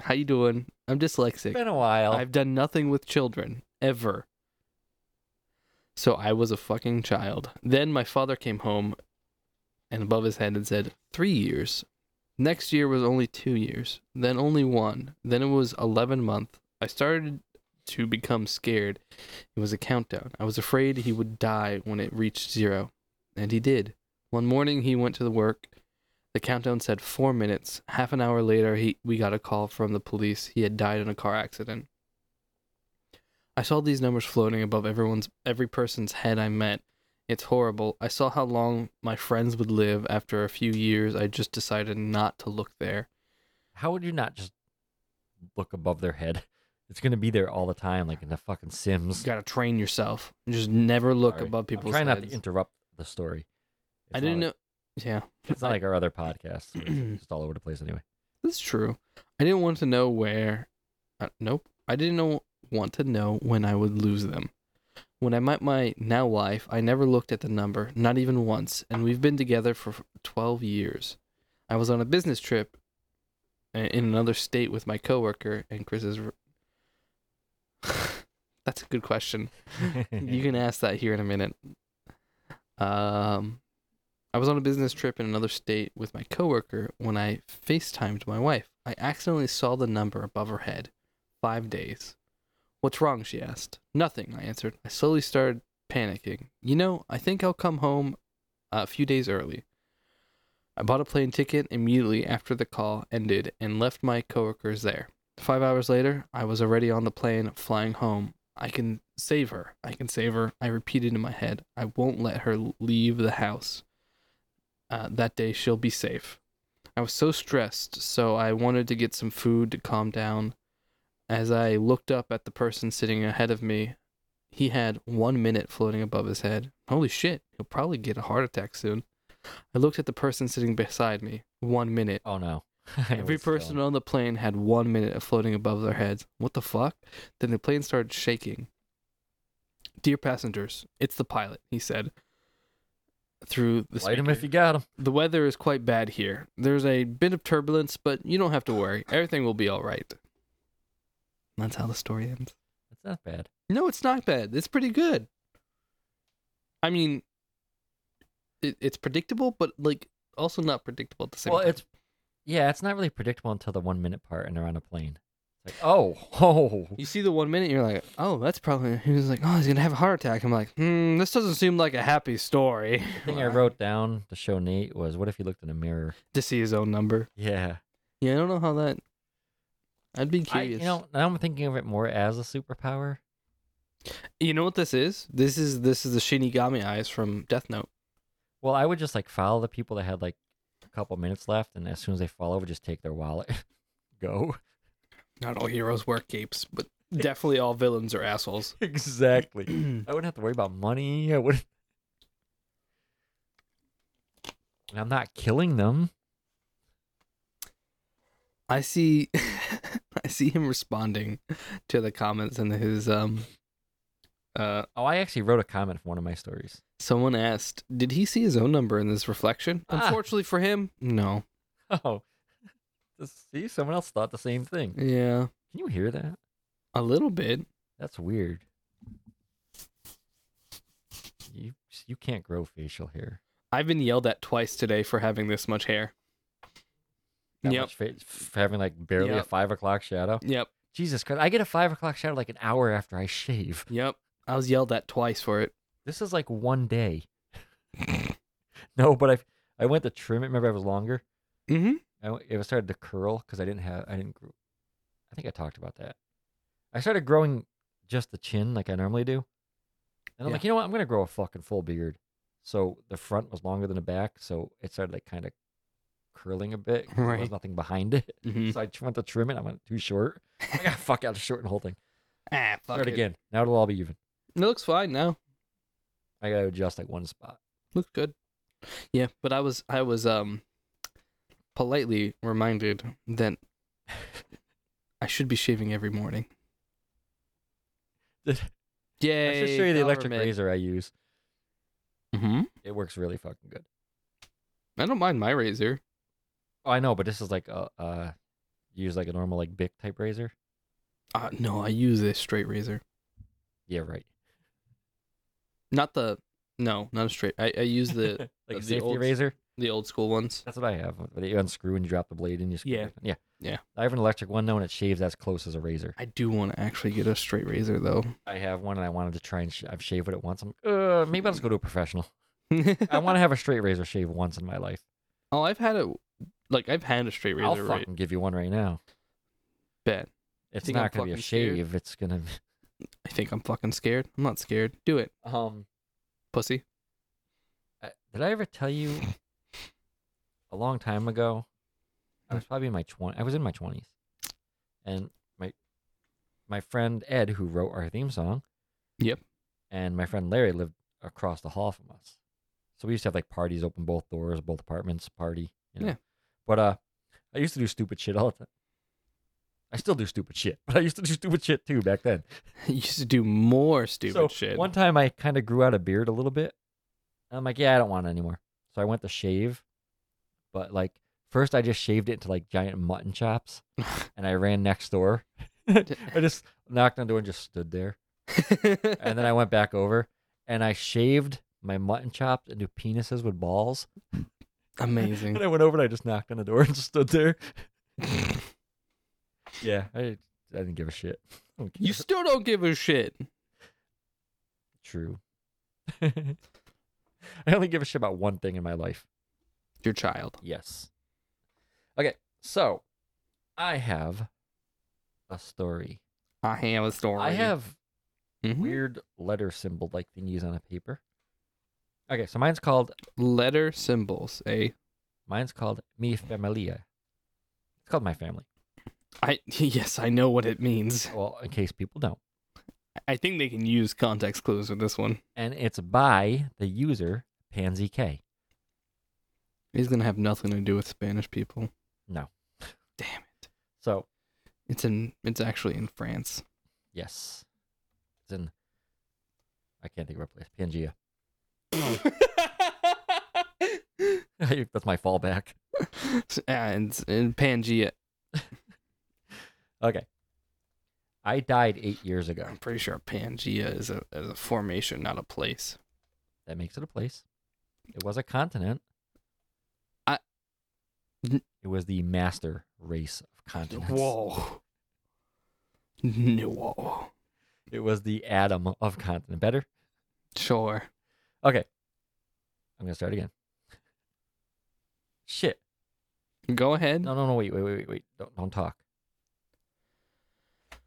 B: How you doing? I'm dyslexic.
A: Been a while.
B: I've done nothing with children ever. So I was a fucking child. Then my father came home and above his head and said, Three years. Next year was only two years. Then only one. Then it was 11 month. I started to become scared. It was a countdown. I was afraid he would die when it reached zero. And he did. One morning he went to the work. The countdown said four minutes. Half an hour later, he we got a call from the police. He had died in a car accident. I saw these numbers floating above everyone's every person's head I met. It's horrible. I saw how long my friends would live after a few years. I just decided not to look there.
A: How would you not just look above their head? It's gonna be there all the time, like in the fucking Sims.
B: You gotta train yourself. Just never look
A: Sorry.
B: above
A: I'm
B: people's
A: trying
B: heads.
A: not to interrupt the story.
B: I
A: It's not
B: didn't
A: like-
B: know. Yeah.
A: It's not like our other podcasts. It's just all over the place anyway.
B: That's true. I didn't want to know where. Uh, nope. I didn't know want to know when I would lose them. When I met my now wife, I never looked at the number, not even once, and we've been together for 12 years. I was on a business trip i- in another state with my coworker, and Chris is. r- <laughs> That's a good question <laughs> you can ask that here in a minute. Um, I was on a business trip in another state with my coworker when I FaceTimed my wife. I accidentally saw the number above her head. Five days. What's wrong? She asked. Nothing, I answered. I slowly started panicking. You know, I think I'll come home a few days early. I bought a plane ticket immediately after the call ended and left my coworkers there. Five hours later, I was already on the plane flying home. I can save her. I can save her. I repeated in my head. I won't let her leave the house. Uh, that day, she'll be safe. I was so stressed, so I wanted to get some food to calm down. As I looked up at the person sitting ahead of me, he had one minute floating above his head. Holy shit, he'll probably get a heart attack soon. I looked at the person sitting beside me. One minute.
A: <laughs> Oh no. <laughs>
B: <laughs> Every person on the plane had one minute of floating above their heads. What the fuck? Then the plane started shaking. Dear passengers, it's the pilot, he said. Through the
A: Light him if
B: speaker.
A: you got him.
B: The weather is quite bad here. There's a bit of turbulence, but you don't have to worry. Everything will be all right. That's how the story ends.
A: That's not bad.
B: No, it's not bad. It's pretty good. I mean, it, it's predictable, but like also not predictable at the same
A: well,
B: time.
A: it's yeah, it's not really predictable until the one minute part, and they're on a plane. It's like, oh, <laughs> oh,
B: You see the one minute, you're like, oh, that's probably. <laughs> He was like, oh, he's gonna have a heart attack. I'm like, hmm, this doesn't seem like a happy story.
A: The thing <laughs> I wrote down to show Nate was, "What if he looked in a mirror?"
B: to see his own number.
A: Yeah,
B: Yeah, I don't know how that. I'd be
A: I,
B: curious.
A: you know, now I'm thinking of it more as a superpower.
B: you know what this is? This is this is the Shinigami eyes from Death Note.
A: Well, I would just like follow the people that had like a couple minutes left, and as soon as they fall over, just take their wallet, <laughs> go.
B: Not all heroes wear capes, but <laughs> definitely all villains are assholes. <clears throat>
A: Exactly. I wouldn't have to worry about money. I wouldn't. And <laughs> I'm not killing them.
B: I see, <laughs> I see him responding to the comments and his um. Uh,
A: Oh, I actually wrote a comment for one of my stories. <laughs>
B: someone asked, "Did he see his own number in this reflection?"
A: Ah.
B: Unfortunately for him, no.
A: Oh, <laughs> see, someone else thought the same thing.
B: Yeah.
A: Can you hear that?
B: A little bit.
A: That's weird. You you can't grow facial hair.
B: I've been yelled at twice today for having this much hair.
A: That
B: Yep.
A: much fa- f- having like barely
B: Yep.
A: a five o'clock shadow.
B: Yep.
A: Jesus Christ! I get a five o'clock shadow like an hour after I shave.
B: Yep. I was yelled at twice for it.
A: This is like one day. <laughs> no, but I I went to trim it. Remember, I was longer.
B: Mm-hmm.
A: I went- it was started to curl because I didn't have I didn't. Grow, I think I talked about that. I started growing just the chin like I normally do, and I'm
B: Yeah.
A: like, you know what? I'm gonna grow a fucking full beard. So the front was longer than the back, so it started like kind of curling a bit. 'cause There
B: Right.
A: was nothing behind it, <laughs>
B: mm-hmm.
A: so I just went to trim it. I went too short. <laughs> I got fuck out of shorten the whole thing.
B: Ah, fuck
A: Start
B: it.
A: again. Now it'll all be even.
B: It looks fine now.
A: I gotta adjust like one spot. <laughs>
B: Looks good. Yeah, but I was I was um politely reminded that <laughs> I should be shaving every morning.
A: I
B: Yay!
A: I should show you the electric razor I use.
B: Mm-hmm.
A: It works really fucking good.
B: I don't mind my razor.
A: Oh, I know, but this is like a uh, you use like a normal like Bic type razor.
B: Uh, no, I use a straight razor.
A: Yeah, right.
B: Not the no, not a straight. I, I use
A: <laughs>
B: the
A: like
B: <laughs> the
A: a safety
B: old-
A: razor.
B: the old school ones.
A: That's what I have. But You unscrew and you drop the blade in. You screw
B: Yeah.
A: it in. yeah,
B: Yeah.
A: I have an electric one though, and it shaves as close as a razor.
B: I do want to actually get a straight razor
A: <laughs>
B: though. <laughs>
A: I have one, and I wanted to try and sh- I've shaved <laughs> with it once. I'm uh, maybe I'll just go to a professional. I want to have a straight razor shave once in my life.
B: Oh, I've had a like I've had a straight
A: I'll
B: razor, right?
A: fucking give you one right now.
B: Bet.
A: It's
B: Think I'm
A: not gonna be a
B: fucking scared?
A: shave. It's gonna. Be, <laughs>
B: I think I'm fucking scared. I'm not scared. Do it,
A: um,
B: pussy. <laughs>
A: I- Uh, did I ever tell you? A long time ago, I was probably in my twenty. I was in my twenties, and my my friend Ed, who wrote our theme song,
B: Yep.
A: and my friend Larry lived across the hall from us. So we used to have like parties, open both doors, both apartments, party. You know?
B: Yeah.
A: But uh, I used to do stupid shit all the time. I still do stupid shit, <laughs> but I used to do stupid shit too back then.
B: You used to do more stupid
A: so
B: shit.
A: One time I kind of grew out a beard a little bit. I'm like, yeah, I don't want it anymore. So I went to shave, but like first I just shaved it into like giant mutton
B: <laughs>
A: chops, and I ran next door. <laughs> I just knocked on the door and just stood there and then I went back over and I shaved my mutton chops into penises with balls.
B: <laughs> Amazing.
A: <laughs> And I went over and I just knocked on the door and just stood
B: <laughs>
A: there. yeah, I, I didn't give a shit. I don't
B: You
A: care.
B: still don't give a shit.
A: True. <laughs> I only give a shit about one thing in my life.
B: Your child.
A: Yes. Okay, so I have a story.
B: I have a story.
A: I have
B: Mhm.
A: weird letter symbol like thingies on a paper. Okay, so mine's called
B: letter symbols. Eh?
A: Mine's called Mi Familia. It's called My Family.
B: I <laughs> yes, I know what it means.
A: Well, in case people don't.
B: I think they can use context clues with this one.
A: And it's by the user Pansy K.
B: He's gonna have nothing to do with Spanish people.
A: No.
B: Damn it.
A: So,
B: It's in. It's actually in France.
A: yes. It's in, I can't think of a place. Pangea. <laughs> That's my fallback.
B: <laughs> and in Pangea,
A: Okay. I died eight years ago.
B: I'm pretty sure Pangea is a is a formation, not a place.
A: That makes it a place. It was a continent.
B: I- N-
A: It was the master race of continents.
B: Whoa. No. Whoa.
A: It was the atom of continent. Better?
B: Sure.
A: Okay. I'm gonna start again. Shit.
B: Go ahead.
A: No, no, no, wait, wait, wait, wait, wait. Don't don't talk. <sighs>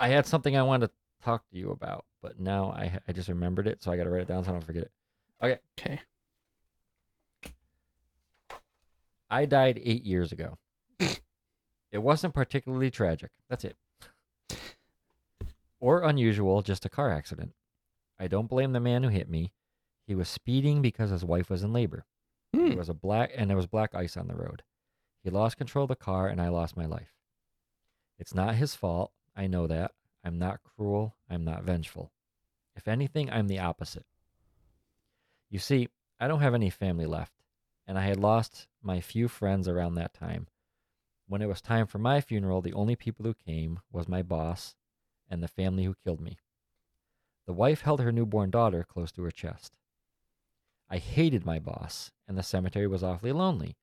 A: I had something I wanted to talk to you about, but now I ha- I just remembered it, so I gotta write it down so I don't forget it.
B: Okay.
A: I died eight years ago. it wasn't particularly tragic. That's it. Or unusual, just a car accident. I don't blame the man who hit me. He was speeding because his wife was in labor. There
B: Hmm.
A: was a black and there was black ice on the road. He lost control of the car and I lost my life. It's not his fault. I know that. I'm not cruel. I'm not vengeful. If anything, I'm the opposite. You see, I don't have any family left, and I had lost my few friends around that time. When it was time for my funeral, the only people who came was my boss and the family who killed me. The wife held her newborn daughter close to her chest. I hated my boss, and the cemetery was awfully lonely,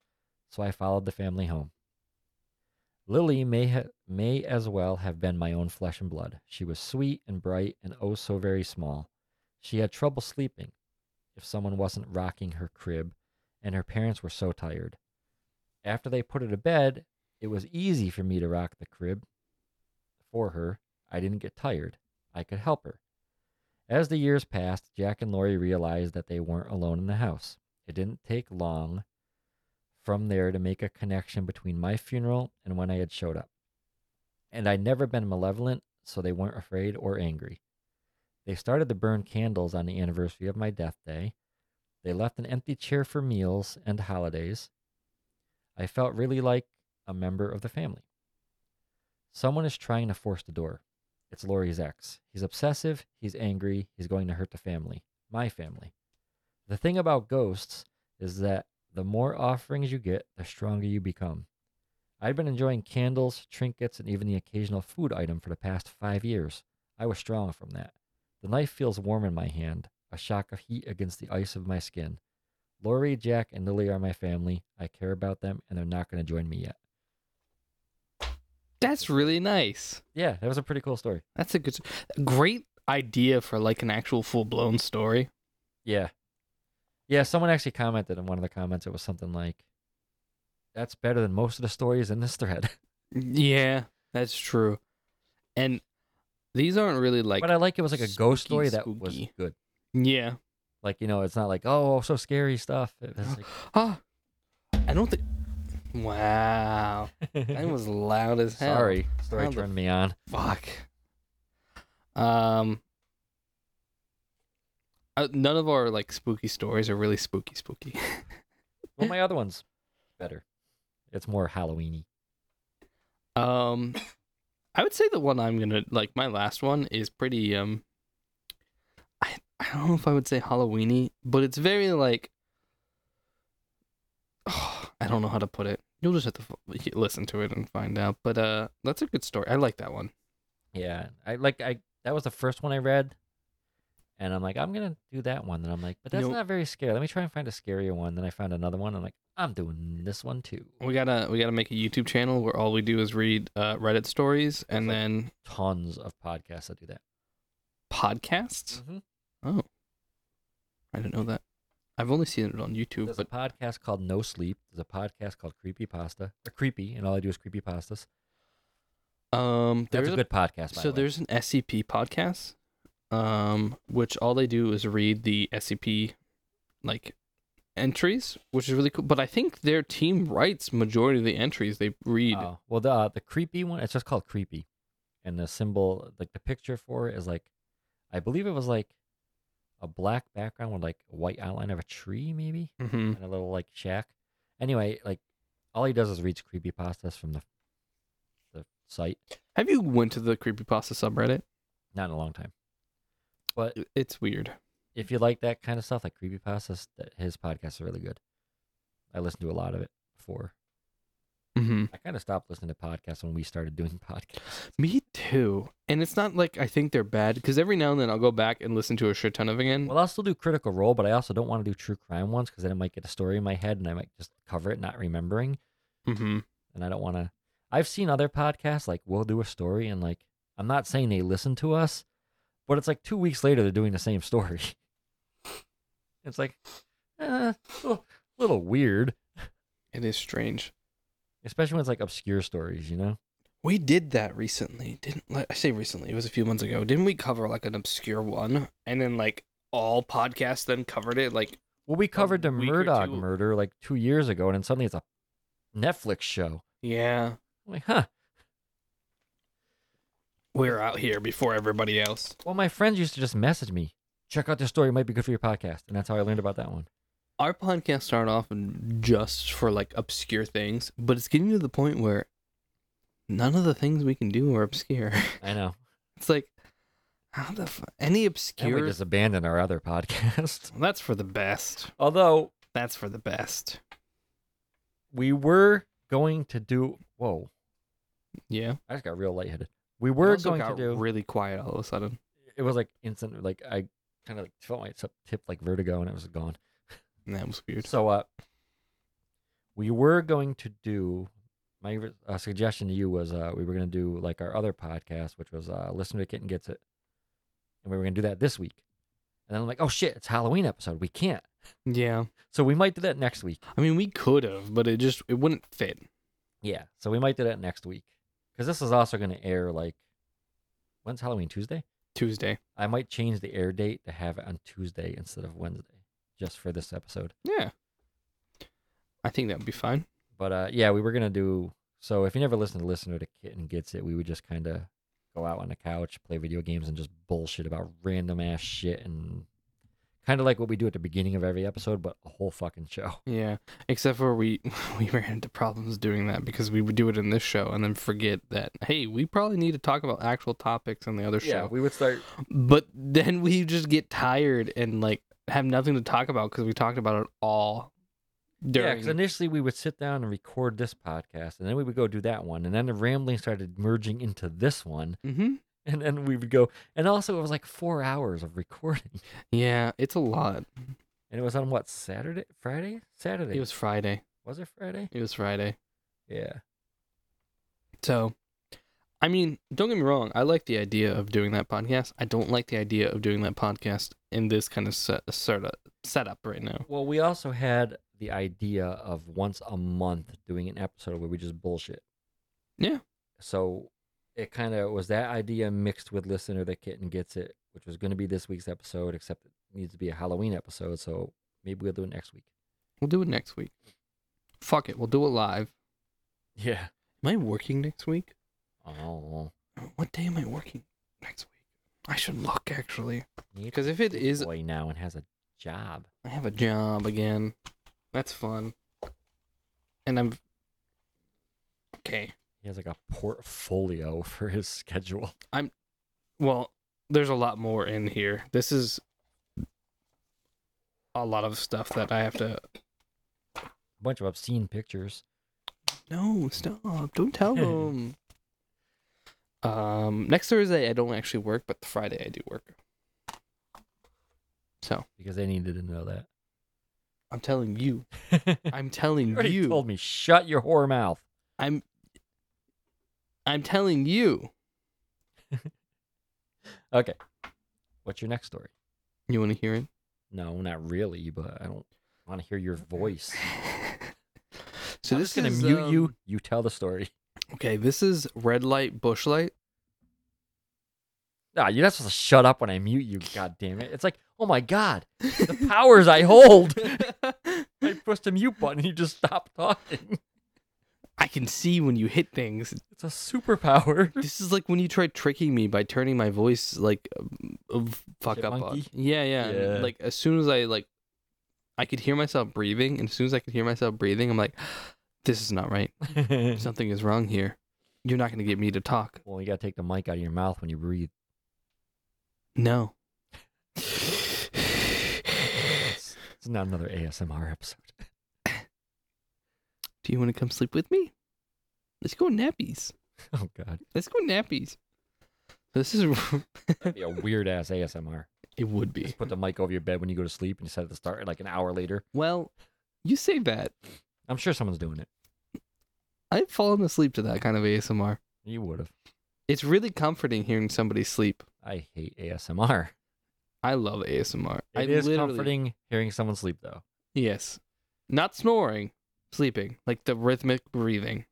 A: so I followed the family home. Lily may, ha- may as well have been my own flesh and blood. She was sweet and bright and oh so very small. She had trouble sleeping if someone wasn't rocking her crib, and her parents were so tired. After they put her to bed, it was easy for me to rock the crib for her. I didn't get tired. I could help her. As the years passed, Jack and Lori realized that they weren't alone in the house. It didn't take long from there to make a connection between my funeral and when I had showed up. And I'd never been malevolent, so they weren't afraid or angry. They started to burn candles on the anniversary of my death day. They left an empty chair for meals and holidays. I felt really like a member of the family. Someone is trying to force the door. It's Lori's ex. He's obsessive, he's angry, he's going to hurt the family, my family. The thing about ghosts is that the more offerings you get, the stronger you become. I'd been enjoying candles, trinkets, and even the occasional food item for the past five years. I was strong from that. The knife feels warm in my hand, a shock of heat against the ice of my skin. Lori, Jack, and Lily are my family. I care about them, and they're not going to join me yet.
B: That's really nice.
A: Yeah, that was a pretty cool story.
B: That's a good, great idea for like an actual full blown story.
A: Yeah. Yeah, someone actually commented in one of the comments. It was something like, "That's better than most of the stories in this thread." <laughs>
B: Yeah, that's true. And these aren't really like
A: but I like it was like a ghost story
B: spooky,
A: that was
B: spooky.
A: good.
B: yeah.
A: Like you know, it's not like oh so scary stuff. It was
B: Ah, I don't think. Wow, <laughs> that
A: like, <laughs>
B: was loud as hell.
A: sorry, story
B: How the
A: turned me on.
B: Fuck. Um. uh, none of our like spooky stories are really spooky, spooky.
A: Well,
B: <laughs>
A: my other one's better. It's more Halloweeny.
B: Um, I would say the one I'm gonna like. My last one is pretty. Um, I I don't know if I would say Halloweeny, but it's very like. <sighs> I don't know how to put it. You'll just have to f- listen to it and find out. But uh, that's a good story. I like that one.
A: Yeah, I like I that was the first one I read, and I'm like I'm gonna do that one. Then I'm like, but
B: You
A: that's
B: know-
A: not very scary. Let me try and find a scarier one. Then I found another one. I'm like, I'm doing this one too.
B: We gotta we gotta make a YouTube channel where all we do is read uh, Reddit stories and
A: That's
B: then
A: Tons of podcasts that do that.
B: podcasts. Oh, I didn't know that. I've only seen it on YouTube,
A: There's
B: but
A: a podcast called No Sleep. There's a podcast called Creepy Pasta. Or creepy, and all I do is creepy pastas.
B: um,
A: That's
B: there's
A: a
B: a
A: good podcast. By
B: so
A: the way.
B: there's an SCP podcast, um, which all they do is read the SCP like entries, which is really cool. But I think their team writes majority of the entries they read.
A: Oh, well, the uh, the creepy one, it's just called creepy, and the symbol, like the picture for it, is like, I believe it was like a black background with like a white outline of a tree, maybe,
B: Mm-hmm.
A: and a little like shack. Anyway, like all he does is reads creepy pastas from the the site.
B: Have you went to the creepypasta subreddit?
A: Not in a long time.
B: It- It's weird.
A: If you like that kind of stuff, like creepy pastas, th- his podcasts are really good. I listened to a lot of it before.
B: Mm-hmm.
A: I kind of stopped listening to podcasts when we started doing <laughs> podcasts.
B: Me too. And it's not like I think they're bad because every now and then I'll go back and listen to a shit ton of again.
A: Well, I'll still do Critical Role, but I also don't want to do true crime ones because then it might get a story in my head and I might just cover it not remembering.
B: hmm
A: And I don't want to. I've seen other podcasts like we'll do a story and like I'm not saying they listen to us, but it's like two weeks later they're doing the same <laughs> story. it's like uh, little, little weird,
B: It is strange.
A: especially when it's like obscure stories, you know?
B: We did that recently, didn't? Like, I say recently. It was a few months ago. Didn't we cover like an obscure one, and then like all podcasts then covered it? Like,
A: Well, we covered the
B: week or
A: Murdoch
B: two.
A: murder like two years ago, and then suddenly it's a Netflix show.
B: yeah,
A: I'm like, huh.
B: we're out here before everybody else.
A: Well, my friends used to just message me, check out this story. It might be good for your podcast. And that's how I learned about that one.
B: Our podcast started off just for like obscure things, but it's getting to the point where none of the things we can do are obscure. <laughs>
A: I know.
B: It's like how the fu- any
A: And
B: obscure
A: we just abandoned our other podcast. <laughs>
B: That's for the best.
A: Although
B: That's for the best.
A: we were going to do, whoa,
B: Yeah.
A: I just got real lightheaded. We were
B: also
A: going to
B: got
A: do,
B: really quiet all of a sudden.
A: it was like instant, like I kind of like felt my tip, tip like vertigo and it was gone.
B: And that was weird.
A: So, uh, we were going to do, my uh, suggestion to you was uh, we were going to do like our other podcast, which was uh, Listen to the Kitten Gets It. And we were going to do that this week. And then I'm like, oh shit, it's Halloween episode. We can't.
B: Yeah.
A: So we might do that next week.
B: I mean, we could have, but it just it wouldn't fit.
A: Yeah. So we might do that next week. Because this is also going to air like, when's Halloween? Tuesday?
B: Tuesday.
A: I might change the air date to have it on Tuesday instead of Wednesday just for this episode.
B: Yeah. I think that would be fine.
A: But uh, yeah, we were going to do. So if you never listen to Listener to Kitten Gets It, we would just kind of go out on the couch, play video games, and just bullshit about random ass shit and kind of like what we do at the beginning of every episode, but a whole fucking show.
B: <laughs> Yeah. Except for we <laughs> we ran into problems doing that because we would do it in this show and then forget that hey, we probably need to talk about actual topics on the other show.
A: we would start.
B: But <laughs> then we just get tired and like have nothing to talk about because we talked about it all
A: Yeah,
B: during
A: because initially we would sit down and record this podcast, and then we would go do that one, and then the rambling started merging into this one, <laughs>
B: mm-hmm.
A: and then we would go. And also, it was like four hours of recording,
B: Yeah, it's a lot.
A: and it was on what Saturday, Friday, Saturday.
B: It was Friday.
A: was it Friday?
B: It was Friday.
A: Yeah.
B: So, I mean, don't get me wrong. I like the idea of doing that podcast. I don't like the idea of doing that podcast in this kind of set, sort of setup right now.
A: Well, we also had the idea of once a month doing an episode where we just bullshit.
B: Yeah.
A: So it kind of was that idea mixed with listener that kitten gets it, which was going to be this week's episode, except it needs to be a Halloween episode. So maybe we'll do it next week.
B: We'll do it next week. Fuck it, we'll do it live.
A: Yeah.
B: Am I working next week?
A: Oh.
B: What day am I working next week? I should look actually. 'Cause if it is-
A: boy now and has a job,
B: I have a job again. That's fun. And I'm okay.
A: he has like a portfolio <laughs> for his schedule.
B: Well, there's a lot more in here. This is a lot of stuff that I have to.
A: A bunch of obscene pictures.
B: No, stop!
A: <laughs>
B: Don't tell them. um, next Thursday I don't actually work, but Friday I do work. So
A: because they needed to know that.
B: I'm telling you.
A: <laughs>
B: <laughs> I'm
A: you
B: telling
A: already
B: you.
A: told me, shut your whore mouth.
B: I'm. I'm telling you.
A: Okay. What's your next story?
B: You want to hear
A: <laughs>
B: it?
A: No, not really, but I don't want to hear your voice.
B: so
A: I'm
B: this
A: just gonna
B: is
A: mute you.
B: um,
A: You tell the story. <laughs>
B: Okay, this is red light, bush light.
A: Ah, you're not supposed to shut up when I mute you. God damn it! It's like, oh my god,
B: <laughs>
A: the powers I hold. <laughs> I pushed the mute button, and you just stop talking. <laughs>
B: I can see when you hit things.
A: It's a superpower. <laughs>
B: This is like when you tried tricking me by turning my voice like um, of fuck up. on-
A: Chipmunky?
B: Yeah, yeah,
A: Yeah.
B: Like as soon as I like, I could hear myself breathing, and as soon as I could hear myself breathing, I'm like, this is not right. Something is wrong here. You're not gonna get me to talk.
A: well, you gotta take the mic out of your mouth when you breathe.
B: No.
A: It's, it's not another ASMR episode. <laughs>
B: Do you want to come sleep with me? Let's go nappies.
A: Oh god,
B: Let's go nappies. This is. <laughs>
A: That'd be a weird ass ASMR.
B: it would be.
A: Just put the mic over your bed when you go to sleep and you set it to start like an hour later.
B: Well, you say that.
A: I'm sure someone's doing it.
B: I've fallen asleep to that kind of ASMR.
A: You would have.
B: It's really comforting hearing somebody sleep.
A: I hate ASMR.
B: I love ASMR. I
A: It is
B: literally-
A: comforting hearing someone sleep though.
B: Yes. Not snoring, sleeping, like the rhythmic breathing.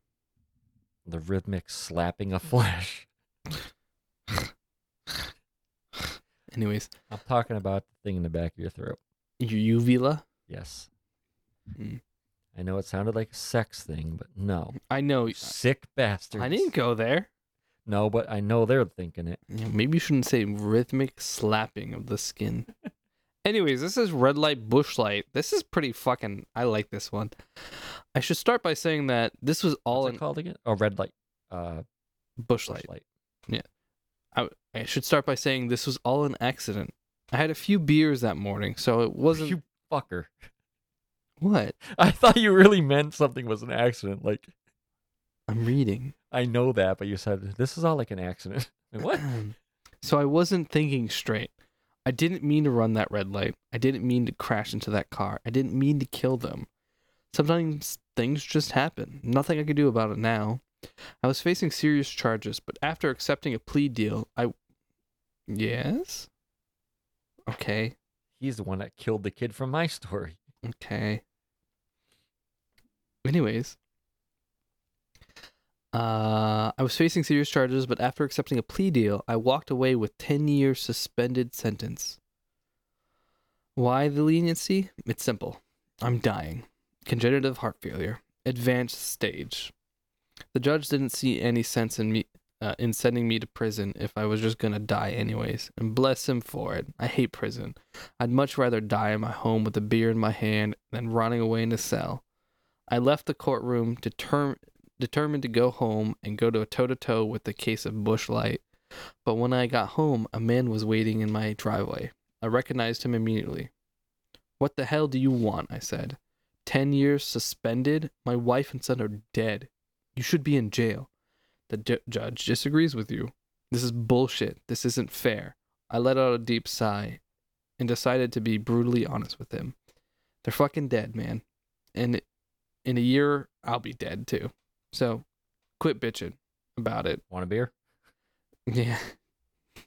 A: The rhythmic slapping of <laughs> flesh.
B: Anyways,
A: I'm talking about the thing in the back of your throat.
B: your uvula.
A: Yes.
B: Mm.
A: I know it sounded like a sex thing, but no.
B: I know.
A: You Sick bastards.
B: I didn't go there.
A: No, but I know they're thinking it.
B: Yeah, maybe you shouldn't say rhythmic slapping of the skin. Anyways, this is red light, bush light. This is pretty fucking. I like this one. I should start by saying that this was all
A: What's
B: in
A: it called again? Oh, red light. Uh,
B: bush light.
A: bush light.
B: I should start by saying this was all an accident. I had a few beers that morning, so it
A: <laughs>
B: wasn't
A: You fucker.
B: what
A: I thought you really meant something was an accident. Like
B: I'm reading.
A: I know that, but you said this is all like an accident. <laughs> Like,
B: <laughs>
A: what?
B: Um, so I wasn't thinking straight. I didn't mean to run that red light. I didn't mean to crash into that car. I didn't mean to kill them. Sometimes things just happen. Nothing I could do about it now. I was facing serious charges, but after accepting a plea deal, I Yes? Okay.
A: He's the one that killed the kid from my story.
B: Okay. Anyways, uh, I was facing serious charges, but after accepting a plea deal, I walked away with 10 years suspended sentence. Why the leniency? It's simple. I'm dying. Congenitive heart failure, advanced stage. The judge didn't see any sense in me uh, in sending me to prison if I was just gonna die anyways, and bless him for it. I hate prison. I'd much rather die in my home with a beer in my hand than running away in a cell. I left the courtroom determ- determined to go home and go to a toe to toe with the case of bush light. But when I got home, a man was waiting in my driveway. I recognized him immediately. What the hell do you want? I said. Ten years suspended? My wife and son are dead. You should be in jail. The ju- judge disagrees with you. This is bullshit. This isn't fair. I let out a deep sigh and decided to be brutally honest with him. They're fucking dead, man. And in a year, I'll be dead too. So quit bitching about it.
A: Want a beer?
B: Yeah.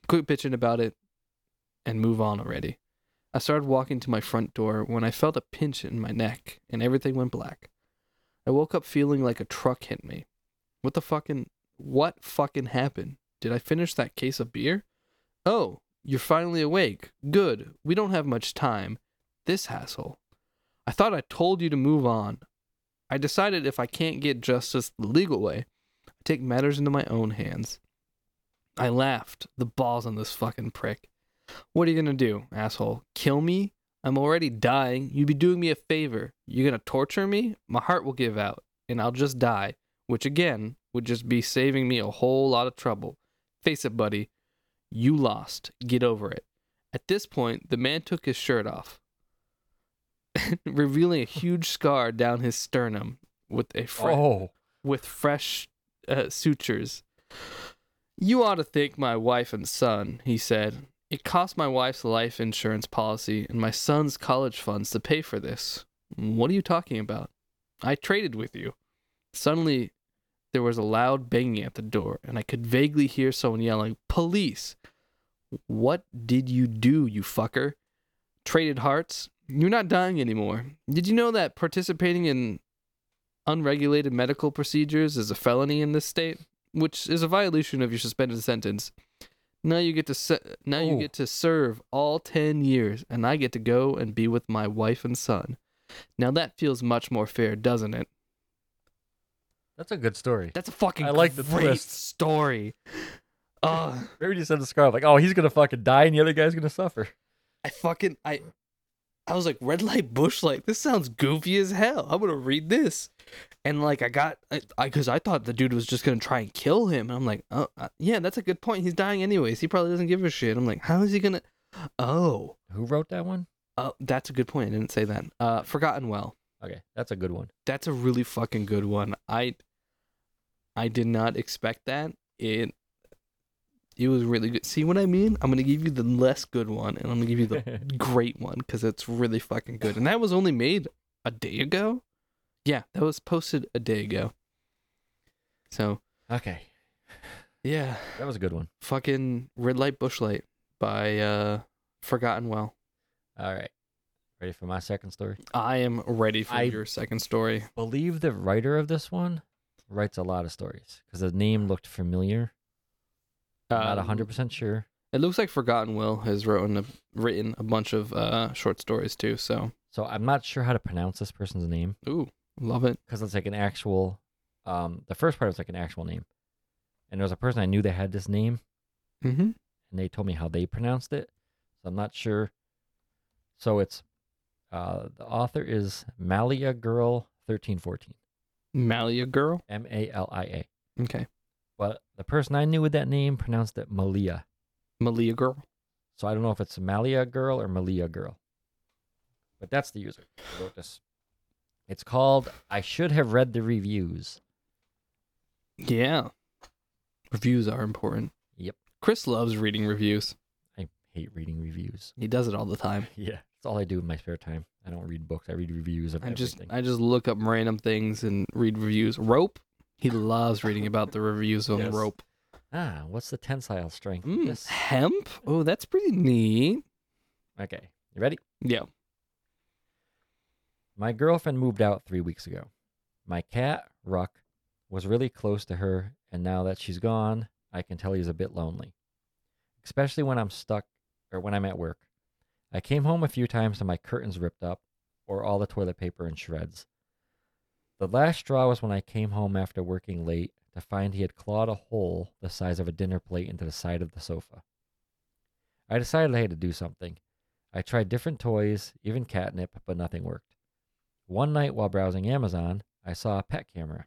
B: Quit bitching about it and move on already. I started walking to my front door when I felt a pinch in my neck and everything went black. I woke up feeling like a truck hit me. What the fucking what fucking happened? Did I finish that case of beer? Oh, you're finally awake. Good. We don't have much time. This asshole. I thought I told you to move on. I decided if I can't get justice the legal way, I take matters into my own hands. I laughed. The balls on this fucking prick. What are you gonna do, asshole? Kill me? I'm already dying. You'd be doing me a favor. You're gonna torture me? My heart will give out, and I'll just die, which again would just be saving me a whole lot of trouble. Face it, buddy. You lost. Get over it. At this point, the man took his shirt off, <laughs> revealing a huge scar down his sternum with a fre-
A: Oh,
B: with fresh uh, sutures. You ought to thank my wife and son, he said. It cost my wife's life insurance policy and my son's college funds to pay for this. What are you talking about? I traded with you. Suddenly, there was a loud banging at the door, and I could vaguely hear someone yelling, Police! What did you do, you fucker? Traded hearts? You're not dying anymore. Did you know that participating in unregulated medical procedures is a felony in this state, which is a violation of your suspended sentence. Now you get to se- now you
A: Oh.
B: get to serve all 10 years and I get to go and be with my wife and son. Now that feels much more fair, doesn't it?
A: that's a good story.
B: That's a fucking
A: I like the
B: great
A: twist.
B: story.
A: <laughs>
B: Uh,
A: Maybe just said to Scarlett, like, oh, he's gonna fucking die, and the other guy's gonna suffer.
B: I fucking I I was like red light bush light. This sounds goofy as hell. I'm gonna read this, and like I got I because I, thought the dude was just gonna try and kill him. And I'm like, oh uh, yeah, that's a good point. He's dying anyways. He probably doesn't give a shit. I'm like, how is he gonna? Oh,
A: Who wrote that one?
B: oh, that's a good point. I didn't say that. Uh, Forgotten Well.
A: Okay, that's a good one.
B: That's a really fucking good one. I I did not expect that. It it was really good. See what I mean? I'm gonna give you the less good one, and I'm gonna
A: <laughs>
B: give you the great one because it's really fucking good. And that was only made a day ago. Yeah, that was posted a day ago. So
A: okay,
B: yeah,
A: that was a good one.
B: fucking red light, bush light by uh, Forgotten Well.
A: All right, ready for my second story?
B: I am ready for
A: I-
B: your second story.
A: Believe the writer of this one writes a lot of stories because the name looked familiar. Not
B: Um,
A: hundred percent sure.
B: It looks like Forgotten Will has written a, written a bunch of uh, short stories too. So
A: So I'm not sure how to pronounce this person's name.
B: ooh, love it.
A: because it's like an actual um the first part was like an actual name and there was a person i knew that had this name
B: Mm-hmm.
A: and they told me how they pronounced it so i'm not sure so it's uh the author is malia girl 1314
B: Malia girl.
A: m-a-l-i-a
B: Okay,
A: but the person i knew with that name pronounced it malia
B: Malia girl.
A: so i don't know if it's malia girl or malia girl but that's the user who wrote this it's called i should have read the reviews
B: Yeah, reviews are important.
A: Yep.
B: Chris loves reading reviews.
A: i hate reading reviews <laughs>
B: He does it all the time.
A: Yeah, that's all I do in my spare time. I don't read books. I read reviews of
B: I just
A: everything.
B: I just look up random things and read reviews. Rope. He loves reading about the reviews on
A: Yes.
B: rope.
A: Ah, what's the tensile strength? of
B: Mm,
A: This.
B: Hemp. Oh, that's pretty neat.
A: Okay, you ready?
B: Yeah. <laughs>
A: My girlfriend moved out three weeks ago. My cat Ruck was really close to her, and now that she's gone, I can tell he's a bit lonely, especially when I'm stuck or when I'm at work. I came home a few times to my curtains ripped up, or all the toilet paper in shreds. The last straw was when I came home after working late to find he had clawed a hole the size of a dinner plate into the side of the sofa. I decided I had to do something. I tried different toys, even catnip, but nothing worked. One night while browsing Amazon, I saw a pet camera.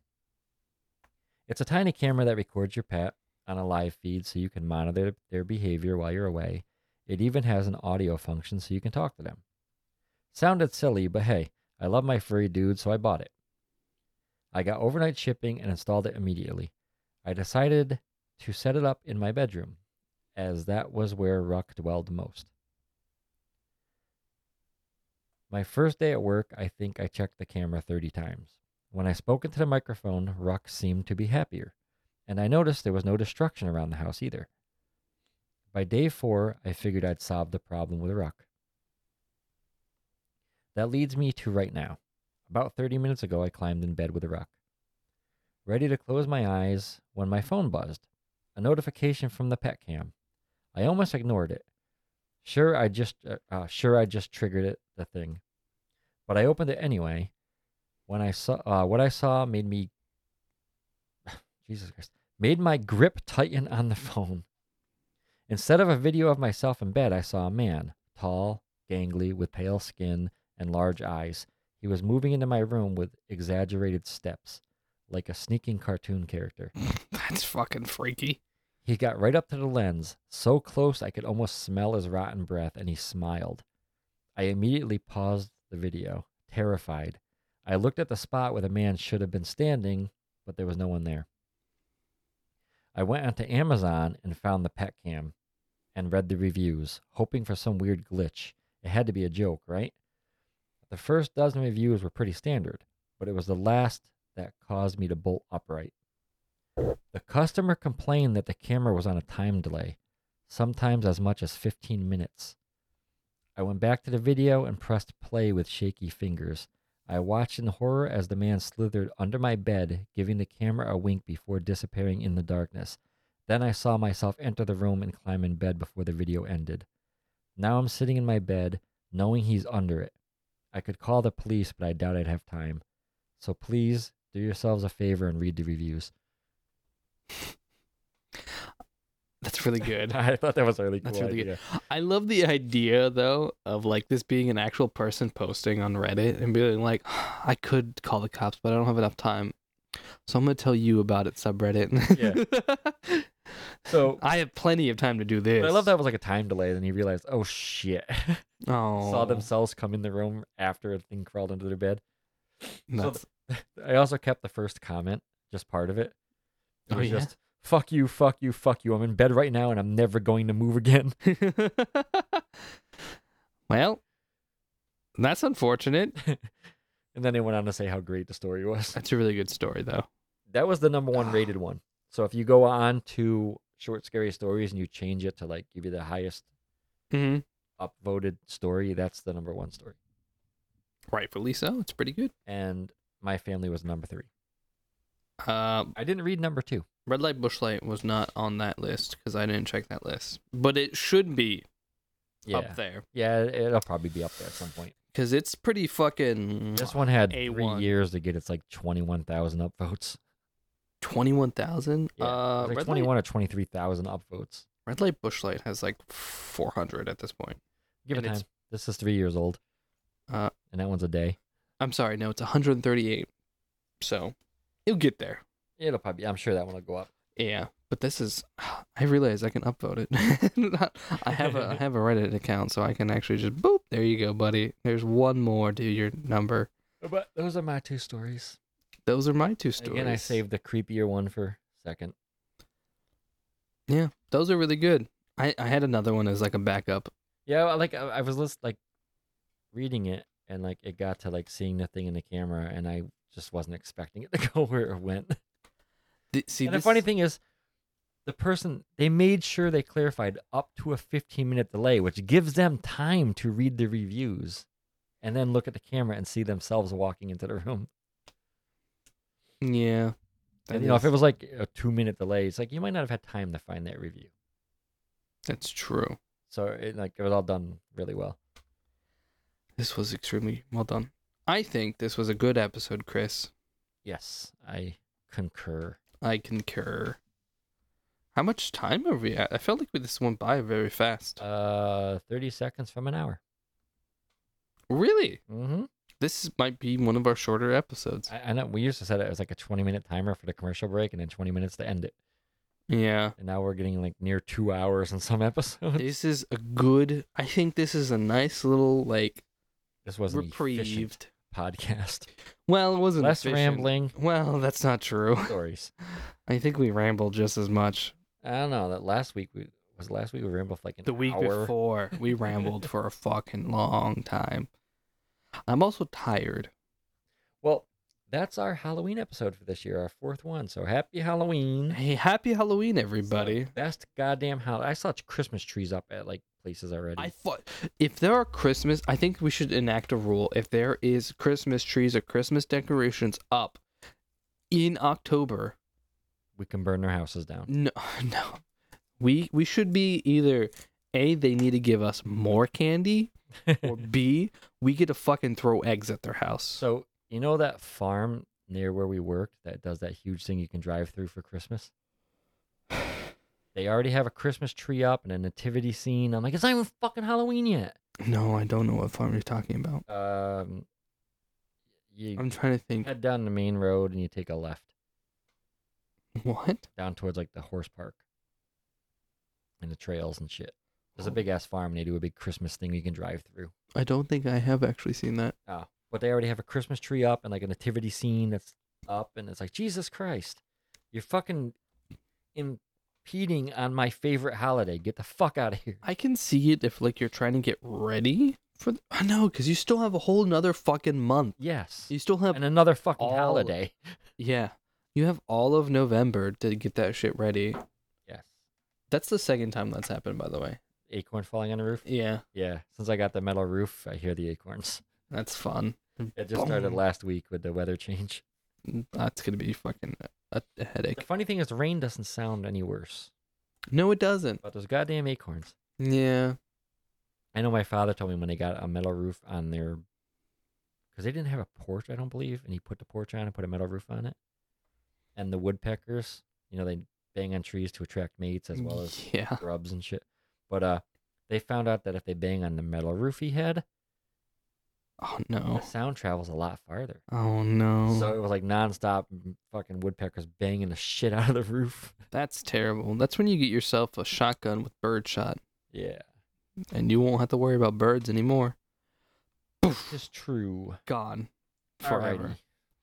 A: It's a tiny camera that records your pet on a live feed so you can monitor their behavior while you're away. It even has an audio function so you can talk to them. Sounded silly, but hey, I love my furry dude, so I bought it. I got overnight shipping and installed it immediately. I decided to set it up in my bedroom, as that was where Ruck dwelled most. My first day at work, I think I checked the camera 30 times. When I spoke into the microphone, Ruck seemed to be happier, and I noticed there was no destruction around the house either. By day four, I figured I'd solved the problem with Ruck. That leads me to right now. About 30 minutes ago, I climbed in bed with a rock. Ready to close my eyes when my phone buzzed. A notification from the pet cam. I almost ignored it. Sure, I just uh, uh, sure I just triggered it the thing, but I opened it anyway. When I saw uh, what I saw, made me <sighs> Jesus Christ made my grip tighten on the <laughs> phone. Instead of a video of myself in bed, I saw a man, tall, gangly, with pale skin and large eyes. He was moving into my room with exaggerated steps, like a sneaking cartoon character.
B: That's fucking freaky.
A: He got right up to the lens, so close I could almost smell his rotten breath, and he smiled. I immediately paused the video, terrified. I looked at the spot where the man should have been standing, but there was no one there. I went onto Amazon and found the pet cam and read the reviews, hoping for some weird glitch. It had to be a joke, right? The first dozen reviews were pretty standard, but it was the last that caused me to bolt upright. The customer complained that the camera was on a time delay, sometimes as much as 15 minutes. I went back to the video and pressed play with shaky fingers. I watched in horror as the man slithered under my bed, giving the camera a wink before disappearing in the darkness. Then I saw myself enter the room and climb in bed before the video ended. Now I'm sitting in my bed, knowing he's under it. I could call the police, but I doubt I'd have time. So please do yourselves a favor and read the reviews.
B: That's really good.
A: <laughs> I thought that was a really cool.
B: That's really good.
A: idea.
B: I love the idea though of like this being an actual person posting on Reddit and being like, I could call the cops, but I don't have enough time. So I'm gonna tell you about it, subreddit. Yeah.
A: So
B: <laughs> I have plenty of time to do this.
A: but I love that it was like a time delay. Then he realized, oh shit, <laughs>
B: Oh,
A: saw themselves come in the room after a thing crawled under their bed.
B: nuts.
A: <laughs> I also kept the first comment, just part of it. It
B: Oh,
A: was
B: yeah?
A: just fuck you, fuck you, fuck you. I'm in bed right now and I'm never going to move <laughs> again.
B: <laughs> well, that's unfortunate.
A: And then they went on to say how great the story
B: <laughs>
A: was.
B: That's a really good story though.
A: That was the number one rated
B: <sighs>
A: one. So if you go on to short scary stories and you change it to like give you the highest
B: Mm-hmm.
A: upvoted story, that's the number one story.
B: Rightfully so. It's pretty good.
A: And my family was number three.
B: Uh,
A: I didn't read number two.
B: Red light, bush light was not on that list because I didn't check that list, but it should be
A: Yeah,
B: up there
A: yeah, it'll probably be up there at some point.
B: because it's pretty fucking
A: This one had
B: A1.
A: three years to get its like twenty-one thousand upvotes.
B: twenty-one thousand.
A: Yeah, it
B: uh,
A: was, like
B: red light,
A: twenty-one or twenty-three thousand upvotes.
B: red light, bush light has like four hundred at this point.
A: Give it
B: And
A: time.
B: it's-
A: This is three years old.
B: Uh,
A: and that one's a day.
B: I'm sorry, no, it's one hundred and thirty-eight. So it'll get there.
A: It'll probably. I'm sure that one will go up.
B: Yeah, but this is. <sighs> I realize I can upvote it. <laughs> I have a I have a Reddit account, so I can actually just boop. There you go, buddy. There's one more to your number.
A: But those are my two stories.
B: Those are my two stories.
A: Again, I saved the creepier one for second.
B: Yeah, those are really good. I, I had another one as like a backup.
A: Yeah, I- like I, I was list, like reading it, and like it got to like seeing the thing in the camera, and I just wasn't expecting it to <laughs> go where it went.
B: Th- see,
A: and
B: this-
A: the funny thing is, the person they made sure they clarified up to a 15 minute delay, which gives them time to read the reviews, and then look at the camera and see themselves walking into the room.
B: yeah,
A: And,
B: that
A: you know, if it
B: is-
A: was like a two minute delay, it's like you might not have had time to find that review.
B: that's true.
A: So it like it was all done really well.
B: This was extremely well done. I think this was a good episode, Chris.
A: Yes, I concur.
B: I concur. How much time are we at? I felt like we this went by very fast.
A: Uh, thirty seconds from an hour.
B: really,
A: Mm-hmm.
B: this is- might be one of our shorter episodes.
A: I, I know we used to set it as like a twenty minute timer for the commercial break, and then twenty minutes to end it.
B: yeah,
A: And now we're getting like near two hours in some <laughs> episodes.
B: this is a good. I think this is a nice little like
A: This was an efficient
B: reprieved.
A: podcast.
B: Well, it wasn't
A: Less
B: efficient.
A: rambling
B: Well, that's not true.
A: stories.
B: I think we rambled just as much.
A: I don't know that last week we was last week we rambled for like an
B: The week
A: hour.
B: before, we rambled for a fucking long time. I'm also tired.
A: Well, that's our Halloween episode for this year, our fourth one. So happy Halloween.
B: Hey, happy Halloween,
A: It's the
B: everybody.
A: Best goddamn Halloween. I saw Christmas trees up at like places already.
B: I thought if there are Christmas, I think we should enact a rule. If there is Christmas trees or Christmas decorations up in October,
A: we can burn their houses down.
B: no, <laughs> no, we we should be either a they need to give us more candy,
A: <laughs>
B: or b we get to fucking throw eggs at their house.
A: so you know that farm near where we worked that does that huge thing you can drive through for
B: <sighs>
A: Christmas. They already have a Christmas tree up and a nativity scene. I'm like, it's not even fucking Halloween yet.
B: No, I don't know what farm you're talking about.
A: Um, you
B: I'm trying to think.
A: head down the main road and you take a left
B: What?
A: down towards like the horse park and the trails and shit. There's a
B: Oh.
A: big ass farm and they do a big Christmas thing you can drive through.
B: I don't think I have actually seen that.
A: But they already have a Christmas tree up and like a nativity scene that's up and it's like Jesus Christ, you're fucking impeding on my favorite holiday. Get the fuck out of here.
B: I can see it if like you're trying to get ready for. Th- I know, because you still have a whole nother fucking month.
A: Yes.
B: You still have
A: And another fucking
B: all-
A: holiday.
B: Yeah. You have all of November to get that shit ready.
A: Yes.
B: That's the second time that's happened, by the way.
A: Acorn falling on the roof.
B: Yeah,
A: Yeah. Since I got the metal roof, I hear the acorns.
B: that's fun.
A: It just started
B: Boom.
A: last week with the weather change.
B: That's gonna be fucking a, a
A: The
B: headache.
A: funny thing is, rain doesn't sound any worse.
B: No, it doesn't.
A: But those goddamn acorns.
B: Yeah,
A: I know my father told me when they got a metal roof on their, because they didn't have a porch, I don't believe, and he put the porch on and put a metal roof on it. And the woodpeckers, you know, they bang on trees to attract mates as well
B: <laughs>
A: as
B: yeah.
A: grubs and shit. But uh, they found out that if they bang on the metal roof he had,
B: Oh no.
A: the sound travels a lot farther.
B: Oh no.
A: So it was like nonstop m- fucking woodpeckers banging the shit <laughs> out of the roof.
B: that's terrible. That's when you get yourself a shotgun with bird shot,
A: Yeah,
B: and you won't have to worry about birds anymore. Poof,
A: it's true.
B: gone forever.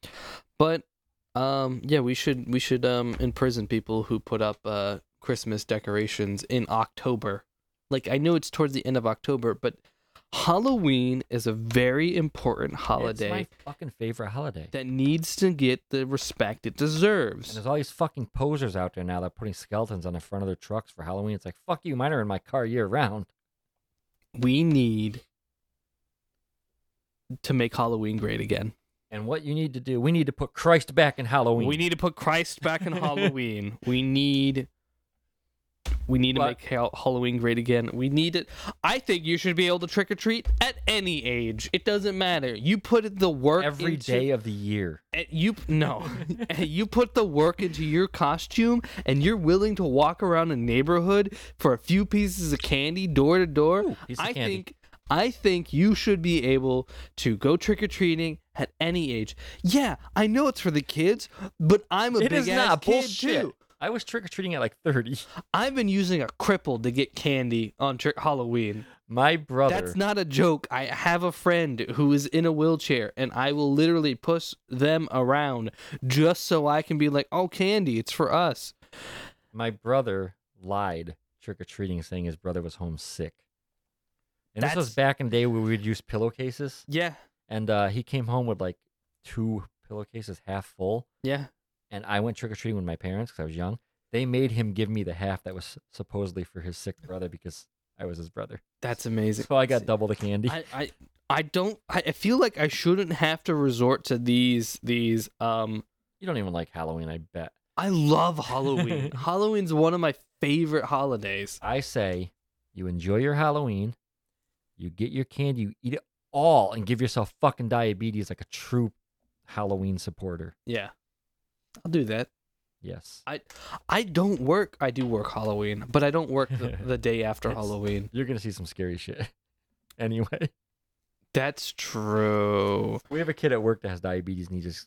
A: Alrighty.
B: But um yeah, we should we should um imprison people who put up uh Christmas decorations in October. Like I know it's towards the end of October, but Halloween is a very important
A: It's my
B: holiday
A: fucking favorite holiday.
B: that needs to get the respect it
A: And
B: deserves.
A: there's all these fucking posers out there now that are putting skeletons on the front of their trucks for Halloween. It's like, fuck you, mine are in my car year round.
B: We need to make Halloween great again.
A: And what you need to do, we need to put Christ back in Halloween.
B: We need to put Christ back
A: <laughs>
B: in Halloween. We need we need to
A: But-
B: make Hal- Halloween great again. We need it. I think you should be able to trick or treat at any age. It doesn't matter. You put the work
A: every
B: into-
A: day of the year.
B: eh, You no,
A: <laughs>
B: Eh, you put the work into your costume, and you're willing to walk around a neighborhood for a few pieces of candy, door to door.
A: piece of
B: I
A: candy.
B: think I think you should be able to go trick or treating at any age. Yeah, I know it's for the kids, but I'm a
A: It
B: big
A: is
B: ass
A: not
B: kid
A: bullshit.
B: too.
A: I was trick or treating at like 30.
B: I've been using a cripple to get candy on trick Halloween.
A: <laughs> My brother.
B: That's not a joke. I have a friend who is in a wheelchair, and I will literally push them around just so I can be like, "Oh, candy, it's for us."
A: my brother lied trick or treating, saying his brother was homesick. And this was
B: That's-
A: back in the day where we would use pillowcases,
B: Yeah,
A: and uh, he came home with like two pillowcases half full.
B: yeah.
A: and I went trick or treating with my parents because I was young. They made him give me the half that was s- supposedly for his sick brother because I was his brother.
B: That's amazing.
A: So I got double the candy.
B: I, I I don't. I I feel like I shouldn't have to resort to these these. Um,
A: you don't even like Halloween, I bet.
B: I love
A: <laughs>
B: Halloween. Halloween's one of my favorite holidays.
A: I say you enjoy your Halloween, you get your candy, you eat it all, and give yourself fucking diabetes like a true Halloween supporter.
B: Yeah, I'll do that.
A: Yes.
B: I I don't work. I do work Halloween, but I don't work
A: <laughs>
B: the, the day after
A: It's-
B: Halloween.
A: You're going to see some scary shit. <laughs> anyway,
B: That's true.
A: we have a kid at work that has diabetes and he just.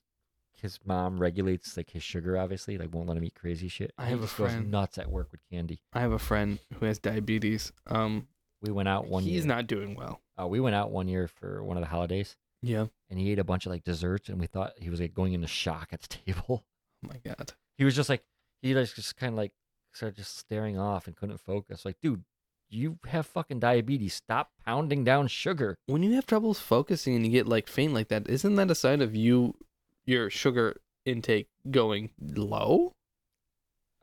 A: His mom regulates like his sugar, obviously, like won't let him eat crazy shit.
B: I
A: He
B: have a
A: just goes
B: friend-
A: nuts at work with candy.
B: I have a friend who has diabetes. Um,
A: We went out one
B: he's
A: year.
B: not doing well.
A: uh, we went out one year for one of the holidays,
B: Yeah.
A: and he ate a bunch of like desserts, and we thought he was like going into shock at the <laughs> table.
B: Oh my god.
A: He was just like he like just kind of like started just staring off and couldn't focus. Like, dude, you have fucking diabetes. Stop pounding down sugar.
B: When you have troubles focusing and you get like faint like that, isn't that a sign of you your sugar intake going low?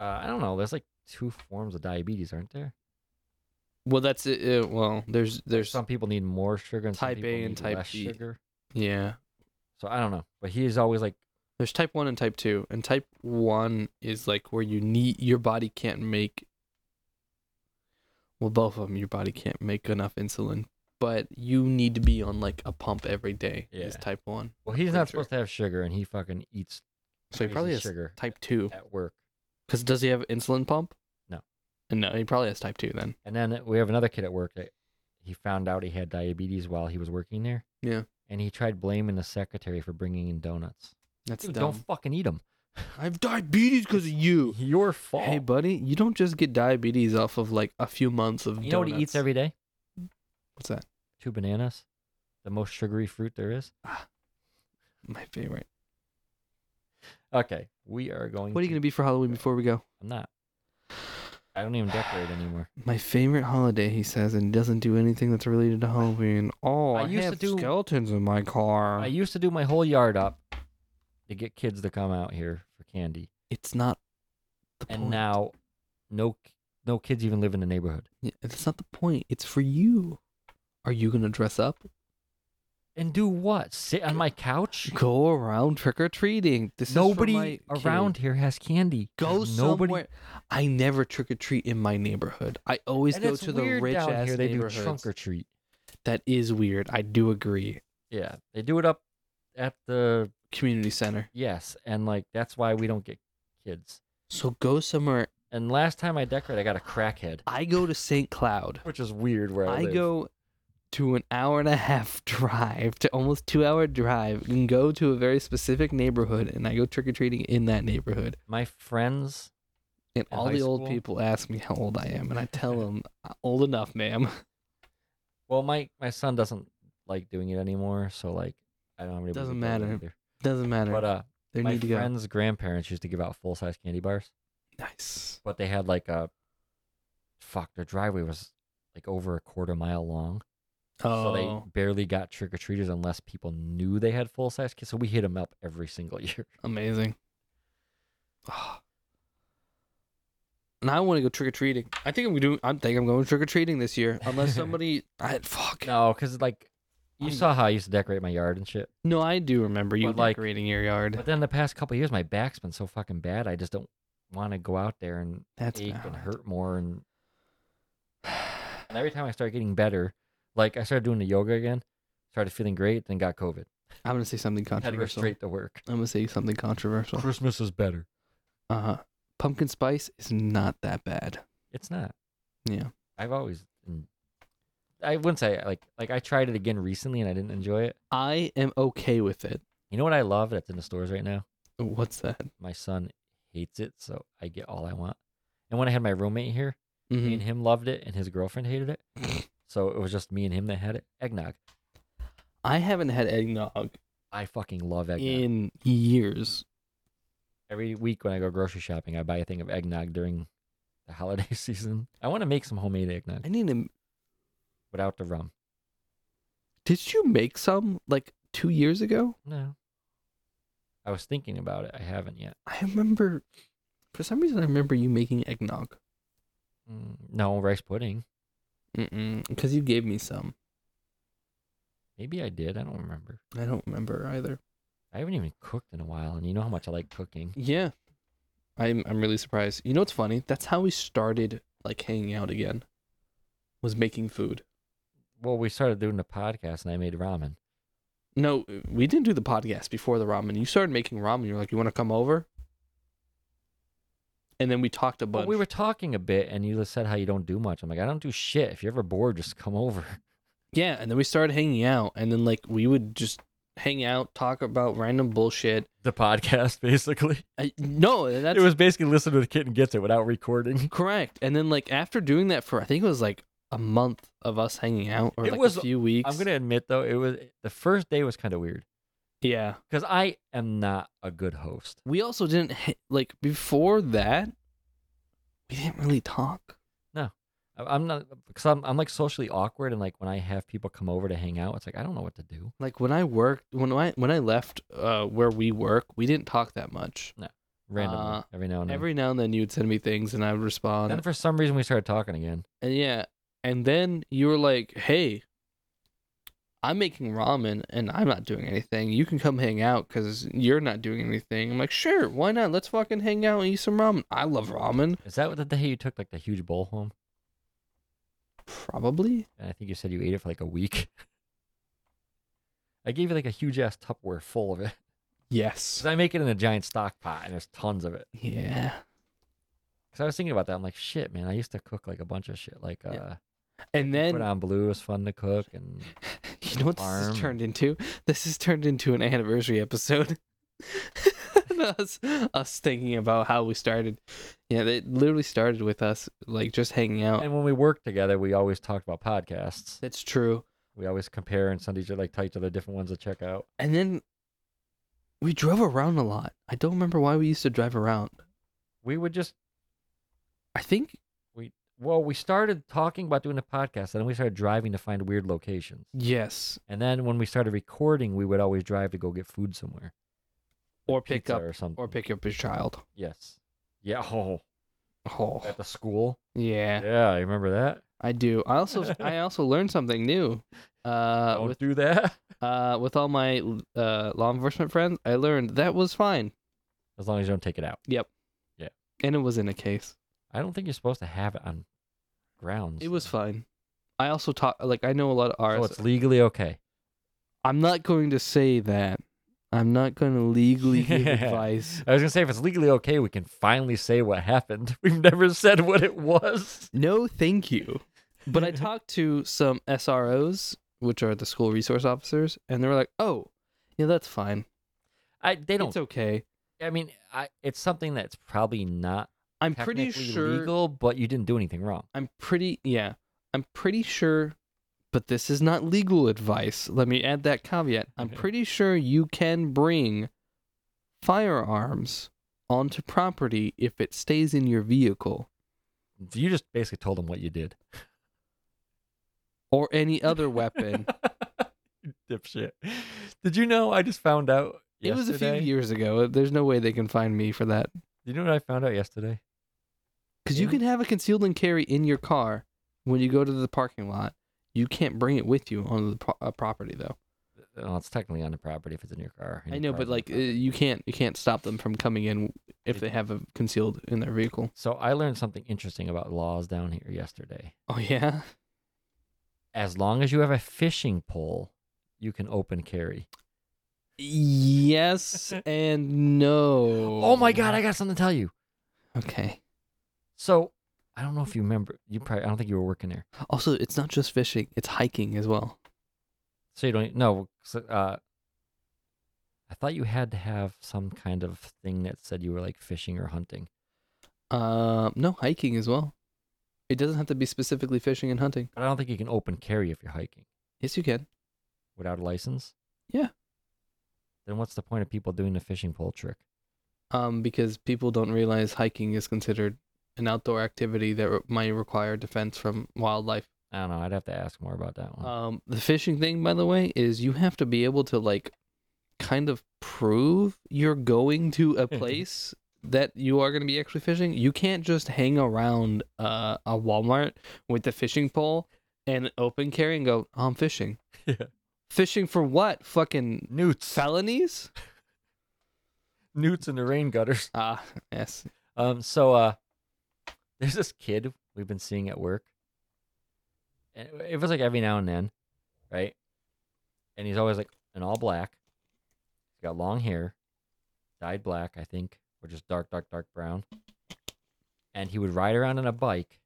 A: Uh, I don't know. There's like two forms of diabetes, aren't there?
B: Well, that's it. uh, Well, there's there's
A: some people need more sugar and some
B: Type
A: people
B: A and
A: need
B: type
A: less
B: B.
A: sugar.
B: yeah.
A: So I don't know, but he's always like,
B: There's type 1 and type 2. And type 1 is like where you need your body can't make well both of them your body can't make enough insulin, but you need to be on like a pump every day. Is
A: Yeah.
B: type 1.
A: well, he's not
B: Pretty sure.
A: supposed to have sugar, and he fucking eats
B: So he
A: crazy
B: probably has
A: sugar
B: type 2
A: at work.
B: cuz does he have insulin pump?
A: No.
B: And no, he probably has type 2 then.
A: And then we have another kid at work that he found out he had diabetes while he was working there.
B: Yeah.
A: And he tried blaming the secretary for bringing in donuts.
B: That's
A: Dude,
B: dumb.
A: don't fucking eat them.
B: I have diabetes cuz of you.
A: Your fault.
B: Hey buddy, you don't just get diabetes off of like a few months of
A: you know what he eats
B: donuts.
A: every day?
B: What's that?
A: Two bananas, the most sugary fruit there is.
B: My favorite.
A: Okay, we are going.
B: What are you going to be for Halloween before we go?
A: I'm not. I don't even decorate
B: <sighs>
A: anymore.
B: My favorite holiday, he says, and doesn't do anything that's related to Halloween. Oh,
A: I
B: I,
A: used to
B: have
A: do-
B: skeletons in my car.
A: I used to do my whole yard up to get kids to come out here for candy,
B: It's not the
A: and
B: point.
A: now no k- no kids even live in the neighborhood.
B: Yeah, That's not the point. It's for you. Are you going to dress up?
A: And do what? Sit on my couch?
B: Go around trick or treating. This is
A: Nobody
B: for my kid.
A: around here has candy.
B: Go
A: There's
B: somewhere. I never trick or treat in my neighborhood. I always
A: And
B: go
A: it's
B: to the
A: weird
B: rich
A: down
B: ass
A: here. They do
B: neighborhoods.
A: trunk or treat.
B: That is weird. I do agree.
A: Yeah, they do it up at the
B: Community center.
A: yes, and like that's why we don't get kids.
B: So go somewhere.
A: And last time I decorated, I got a crackhead,
B: I go to St. Cloud.
A: which is weird. Where I,
B: I
A: live.
B: go to an hour and a half <laughs> drive to almost two hour drive and go to a very specific neighborhood and I go trick or treating in that neighborhood.
A: my friends
B: And
A: At
B: all
A: high
B: the old
A: school?
B: people ask me how old I am and
A: <laughs>
B: I tell them, old enough, ma'am. <laughs>
A: Well, my my son doesn't like doing it anymore, so like I don't have anybody. to go
B: Doesn't
A: with
B: matter.
A: Either.
B: Doesn't matter.
A: But uh,
B: they
A: my
B: need to go.
A: friend's grandparents used to give out full size candy bars,
B: Nice.
A: but they had like a fuck. Their driveway was like over a quarter mile long, so
B: Oh,
A: they barely got trick or treaters unless people knew they had full size kids. So we hit them up every single <laughs> year.
B: amazing. <sighs> Ah. And I want to go trick or treating. I think I'm doing. I think I'm going trick or treating this year,
A: <laughs>
B: unless somebody. I fuck.
A: No, because like you
B: I'm-
A: saw how I used to decorate my yard and shit.
B: No, I do remember you
A: But, like,
B: decorating your yard.
A: But then the past couple years, my back's been so fucking bad. I just don't want to go out there and
B: That's uh,
A: ache and
B: valid.
A: hurt more and <sighs> And every time I started getting better, like I started doing the yoga again, started feeling great, then got COVID.
B: I'm gonna say something
A: Had to go
B: controversial.
A: straight to work.
B: I'm gonna say something
A: <laughs>
B: controversial.
A: Christmas is better.
B: Uh huh. Pumpkin spice is not that bad.
A: It's not.
B: Yeah.
A: I've always. mm. I wouldn't say like like I tried it again recently and I didn't enjoy it.
B: I am okay with it.
A: You know what I love that's in the stores right now?
B: What's that?
A: My son hates it, so I get all I want. And when I had my roommate here, me
B: Mhm.
A: and him loved it, and his girlfriend hated <laughs> it. so it was just me and him that had it. Eggnog.
B: I haven't had eggnog
A: I fucking love eggnog.
B: in years.
A: Every week when I go grocery shopping, I buy a thing of eggnog during the holiday <laughs> season. I want to make some homemade eggnog
B: I need to.
A: without the rum.
B: Did you make some like two years ago?
A: No. I was thinking about it. I haven't yet.
B: I remember. For some reason, I remember you making eggnog.
A: Mm, no, rice pudding.
B: Mm Because you gave me some.
A: Maybe I did. I don't remember.
B: I don't remember either.
A: I haven't even cooked in a while, and you know how much I like cooking.
B: Yeah. I'm I'm really surprised. You know what's funny? That's how we started like hanging out again. Was making food.
A: Well, we started doing the podcast, and I made ramen.
B: No, we didn't do the podcast before the ramen. You started making ramen. You're like, you want to come over? And then we talked a bunch.
A: But we were talking a bit, and you just said how you don't do much. I'm like, I don't do shit. If you're ever bored, just come over. <laughs>
B: yeah, and then we started hanging out, and then like we would just hang out, talk about random bullshit.
A: The podcast, <laughs> basically.
B: I, no, that's
A: it was basically listen to the kitten gets it without recording.
B: correct. And then like after doing that for I think it was like a month of us hanging out, or
A: It
B: like
A: was-
B: a few weeks.
A: I'm gonna admit though, it was the first day was kind of weird
B: yeah.
A: because I am not a good host.
B: We also didn't ha- like before that. We didn't really talk.
A: I- I'm not because I'm I'm like socially awkward and like when I have people come over to hang out, it's like I don't know what to do.
B: Like when I worked, when I when I left uh, where we work, we didn't talk that much.
A: Randomly,
B: Uh,
A: every now and then.
B: Every now and then you'd send me things and I would respond.
A: then for some reason we started talking again.
B: and yeah, and then you were like, "Hey, I'm making ramen and I'm not doing anything. You can come hang out because you're not doing anything." I'm like, "Sure, why not? Let's fucking hang out and eat some ramen. I love ramen."
A: Is that what the day you took like the huge bowl home?
B: Probably.
A: And I think you said you ate it for like a week. <laughs> I gave you like a huge ass Tupperware full of it. <laughs>
B: Yes.
A: 'Cause I make it in a giant stock pot and there's tons of it.
B: Yeah.
A: Because I was thinking about that. I'm like, shit, man. I used to cook like a bunch of shit. Like, uh,
B: Yeah. And then
A: put on blue was fun to cook. And
B: <laughs> You know what this
A: farm.
B: has turned into? This has turned into an anniversary episode. <laughs> us, us thinking about how we started. Yeah, it literally started with us like just hanging out.
A: and when we worked together, we always talked about podcasts.
B: That's true.
A: We always compare and send each other like tell each other different ones to check out.
B: And then we drove around a lot. I don't remember why we used to drive around.
A: We would just
B: I think
A: well, we started talking about doing a podcast, and then we started driving to find weird locations.
B: yes,
A: And then when we started recording, we would always drive to go get food somewhere,
B: or pick
A: pizza
B: up
A: or something,
B: or pick up his child.
A: Yes, yeah, <laughs> oh,
B: Oh,
A: at the school.
B: <laughs> yeah,
A: Yeah, you remember that?
B: I do. I also
A: <laughs>
B: I also learned something new. Uh,
A: Don't
B: with
A: do that. <laughs>
B: uh with all my uh law enforcement friends, I learned that was fine.
A: As long as you don't take it out.
B: And it was in a case.
A: I don't think you're supposed to have it on grounds.
B: It was fine. I also taught, like, I know a lot of
A: So
B: RS.
A: it's legally okay.
B: I'm not going to say that. I'm not going to <laughs>
A: <laughs>
B: legally give
A: Yeah.
B: advice.
A: I was gonna say if it's legally okay, we can finally say what happened. <laughs> We've never said what it was.
B: No, thank you.
A: <laughs>
B: But I talked to some SROs, which are the school resource officers, and they were like, oh, yeah, that's fine.
A: I they don't.
B: It's okay.
A: I mean, I it's something that's probably not
B: I'm pretty
A: technically
B: sure.
A: legal, but you didn't do anything wrong.
B: I'm pretty, yeah. I'm pretty sure, but this is not legal advice. Let me add that caveat. I'm pretty sure you can bring firearms onto property if it stays in your vehicle
A: You just basically told them what you did.
B: or any other weapon.
A: <laughs> Dipshit. Did you know I just found out
B: it was a few
A: yesterday-
B: years ago. There's no way they can find me for that.
A: Do you know what I found out yesterday?
B: Because you
A: Yeah.
B: can have a concealed and carry in your car when you go to the parking lot. You can't bring it with you on the pro- uh, property though.
A: Well, it's technically on the property if it's in your car. and
B: I
A: your
B: know,
A: car's
B: but
A: on the
B: like uh,
A: property.
B: you can't you can't stop them from coming in if they have a concealed in their vehicle.
A: So I learned something interesting about laws down here yesterday.
B: Oh yeah.
A: As long as you have a fishing pole, you can open carry.
B: Yes and no.
A: Oh my god, I got something to tell you.
B: Okay.
A: So I don't know if you remember. You probably I don't think you were working there.
B: Also, it's not just fishing; it's hiking as well.
A: So you don't no. So, uh, I thought you had to have some kind of thing that said you were like fishing or hunting.
B: Um, no, hiking as well. It doesn't have to be specifically fishing and hunting.
A: But I don't think you can open carry if you're hiking
B: Yes, you can.
A: without a license.
B: Yeah.
A: Then what's the point of people doing the fishing pole trick?
B: Um, because people don't realize hiking is considered an outdoor activity that re- might require defense from wildlife.
A: I don't know. I'd have to ask more about that one.
B: Um, the fishing thing, by the way, is you have to be able to like kind of prove you're going to a place that you are going to be actually fishing. You can't just hang around uh, a Walmart with a fishing pole and open carry and go, "Oh, "I'm fishing."
A: Yeah.
B: Fishing for what? Fucking
A: Newts.
B: felonies?
A: Newts in the rain gutters.
B: Ah, yes.
A: Um, so uh, there's this kid we've been seeing at work, and it- it was like every now and then, right? And he's always like in all black. He's got long hair, dyed black, I think, or just dark, dark, dark brown. And he would ride around on a bike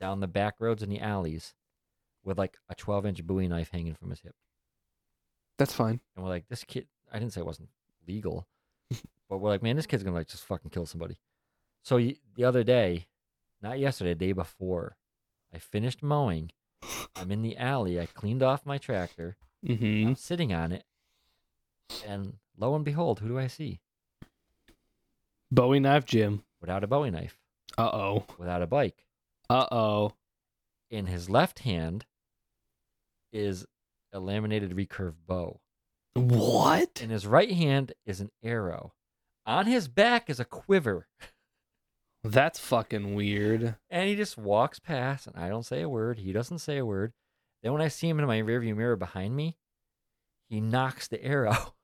A: down the back roads and the alleys with like a 12 inch Bowie knife hanging from his hip.
B: That's fine.
A: And we're like, this kid, I didn't say it wasn't legal, but we're like, man, this kid's gonna like just fucking kill somebody. So y- the other day, not yesterday, the day before, I finished mowing. I'm in the alley. I cleaned off my tractor.
B: Mm-hmm.
A: I'm sitting on it. And lo and behold, who do I see?
B: Bowie knife, Jim.
A: Without a bowie knife,
B: Uh oh.
A: without a bike.
B: Uh oh.
A: In his left hand is a laminated recurve bow.
B: What?
A: In his right hand is an arrow. On his back is a quiver.
B: That's fucking weird.
A: And he just walks past, and I don't say a word. He doesn't say a word. Then when I see him in my rearview mirror behind me, he knocks the <laughs> arrow.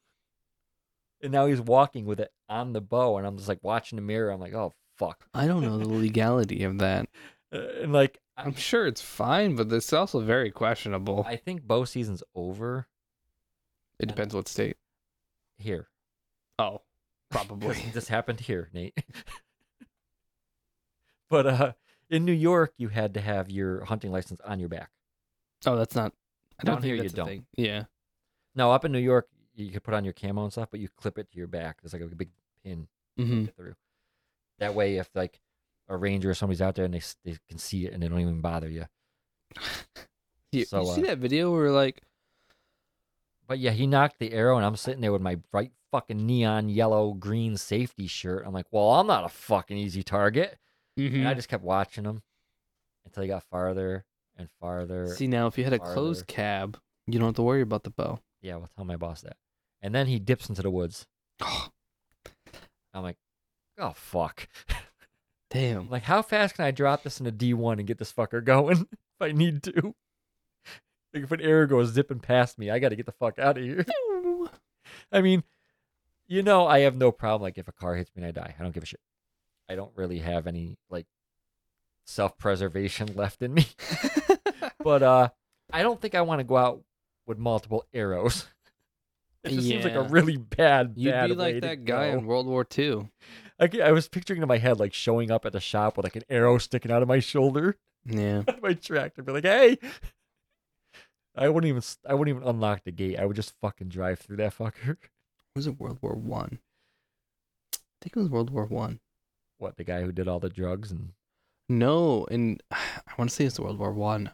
A: And now he's walking with it on the bow, and I'm just like watching the mirror. I'm like, oh fuck.
B: I don't know the legality of that.
A: Uh, And like, I,
B: <laughs> I'm sure it's fine, but it's also very questionable.
A: I think bow season's over
B: It depends what state.
A: here.
B: Oh,
A: <laughs> 'Cause
B: probably.
A: it just happened here, Nate. <laughs> but uh, in New York, you had to have your hunting license on your back.
B: oh, that's not. I don't
A: Down
B: think
A: here you
B: that's a
A: don't.
B: thing. Yeah.
A: No, up in New York, you could put on your camo and stuff, but you clip it to your back. There's like a big pin
B: Mm-hmm.
A: it through. That way, if like a ranger or somebody's out there and they s- they can see it and they don't even bother you.
B: You,
A: So,
B: you see
A: uh,
B: that video where like
A: But yeah, he knocked the arrow, and I'm sitting there with my bright fucking neon yellow green safety shirt. I'm like, well, I'm not a fucking easy target.
B: Mm-hmm.
A: And I just kept watching him until he got farther and farther.
B: see now if you had a closed
A: farther.
B: cab, you don't have to worry about the bow.
A: Yeah, we'll tell my boss that. And then he dips into the
B: <gasps>
A: woods. I'm like, oh fuck. I'm
B: Damn.
A: like, how fast can I drop this into D1 and get this fucker going <laughs> if I need to? Like, if an arrow goes zipping past me, I got to get the fuck out of here. <laughs> I mean, you know, I have no problem. Like, if a car hits me and I die, I don't give a shit. I don't really have any like self-preservation <laughs> left in
B: <laughs>
A: me. But uh, I don't think I want to go out with multiple arrows. <laughs> It just seems like a
B: Yeah.
A: really bad,
B: You'd
A: bad
B: be
A: way
B: like
A: to
B: that guy
A: go.
B: in World War II.
A: I, ca- I was picturing in my head like showing up at the shop with like an arrow sticking out of my shoulder,
B: Yeah.
A: out of <laughs> my tractor, be like, "Hey!" I wouldn't even s- I wouldn't even unlock the gate. I would just fucking drive through that <laughs> fucker.
B: Was it World War One? I? think it was World War One.
A: What the guy who did all the drugs and
B: No, and <sighs> I want to say it's World War One.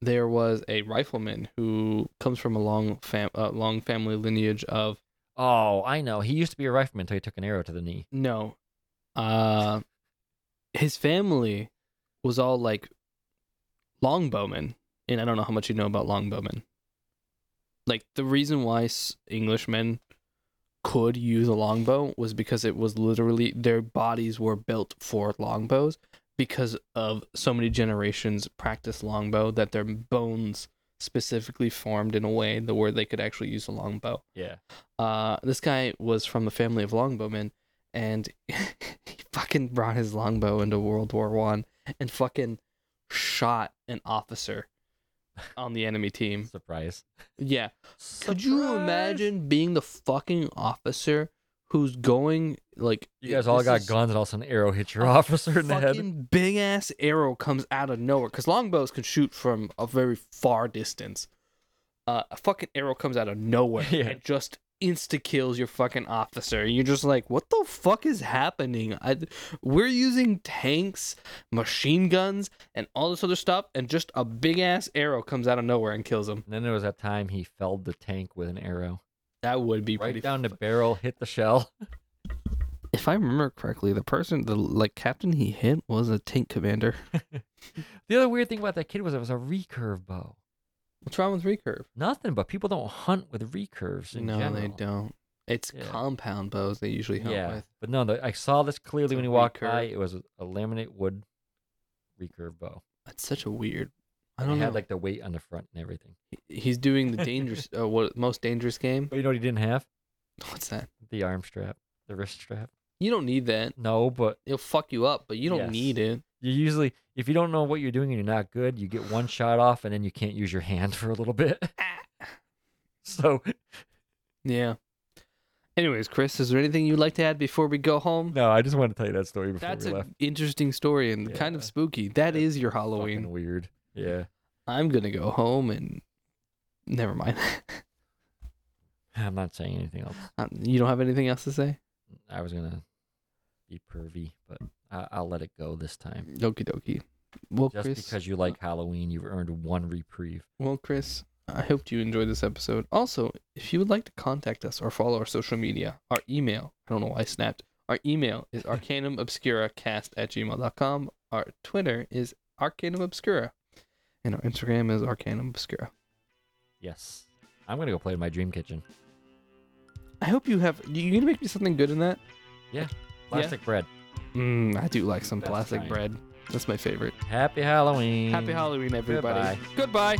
B: There was a rifleman who comes from a long fam- uh, long family lineage of
A: oh, I know he used to be a rifleman until he took an arrow to the knee.
B: no, uh, his family was all like longbowmen, and I don't know how much you know about longbowmen. Like the reason why s- Englishmen could use a longbow was because it was literally their bodies were built for longbows because of so many generations practice longbow that their bones specifically formed in a way that where they could actually use a longbow
A: Yeah,
B: uh, this guy was from a family of longbowmen, and <laughs> he fucking brought his longbow into World War One and fucking shot an officer on the enemy team.
A: <laughs> surprise.
B: Yeah, could you imagine being the fucking officer who's going like
A: You guys all
B: this
A: got
B: is-
A: guns, and all of a sudden, arrow hits your
B: a
A: officer in the head.
B: fucking big ass arrow comes out of nowhere because longbows can shoot from a very far distance. Uh, a fucking arrow comes out of nowhere <laughs>
A: Yeah.
B: and just insta kills your fucking officer. And you're just like, what the fuck is happening? I, we're using tanks, machine guns, and all this other stuff, and just a big ass arrow comes out of nowhere and kills him.
A: And then there was that time he felled the tank with an arrow
B: That would be pretty
A: right down the barrel, hit the shell. <laughs>
B: If I remember correctly, the person, the like captain he hit was a tank commander.
A: The other weird thing about that kid was it was a recurve bow.
B: What's wrong with recurve?
A: Nothing, but people don't hunt with recurves. In
B: no, they
A: general.
B: don't. It's
A: Yeah.
B: compound bows they usually hunt
A: Yeah,
B: with.
A: but no, the, I saw this clearly
B: a
A: when he walked by.
B: recurve.
A: It was a, a laminate wood recurve bow.
B: That's such a weird. I
A: And
B: don't
A: it
B: know.
A: had like the weight on the front and everything.
B: He- He's doing the
A: <laughs>
B: dangerous, uh, what most dangerous game? <laughs>
A: But you know what he didn't have?
B: What's that?
A: The arm strap, the wrist strap.
B: You don't need that.
A: No, but
B: It'll fuck you up, but you don't
A: Yes.
B: need it.
A: you usually, if you don't know what you're doing and you're not good, you get one shot off and then you can't use your hand <laughs> for a little bit. so
B: Yeah. Anyways, Chris, is there anything you'd like to add before we go home?
A: no, I just wanted to tell you that story before
B: That's
A: we
B: an
A: left.
B: interesting story and kind of
A: Yeah.
B: spooky. That
A: That's
B: is your
A: Fucking
B: Halloween.
A: weird. Yeah.
B: I'm gonna go home and <laughs> never mind. <laughs>
A: I'm not saying anything else.
B: Um, you don't have anything else to say?
A: I was gonna be pervy, but I, I'll let it go this time.
B: Doki doki. Well,
A: Just
B: Chris.
A: because you like Halloween, you've earned one reprieve.
B: Well, Chris, I hope you enjoyed this episode. Also, if you would like to contact us or follow our social media, our email, I don't know why I snapped, our email
A: <laughs>
B: is arcanumobscuracast at gmail.com. Our Twitter is arcanumobscura. And our Instagram is arcanumobscura.
A: Yes, I'm gonna go play in my dream kitchen.
B: I hope you have. You you gonna make me something good in that?
A: Plastic bread.
B: Mm, I do like some
A: That's
B: plastic
A: nice. Mm.
B: bread. That's my favorite.
A: Happy Halloween.
B: Happy Halloween, everybody. Goodbye.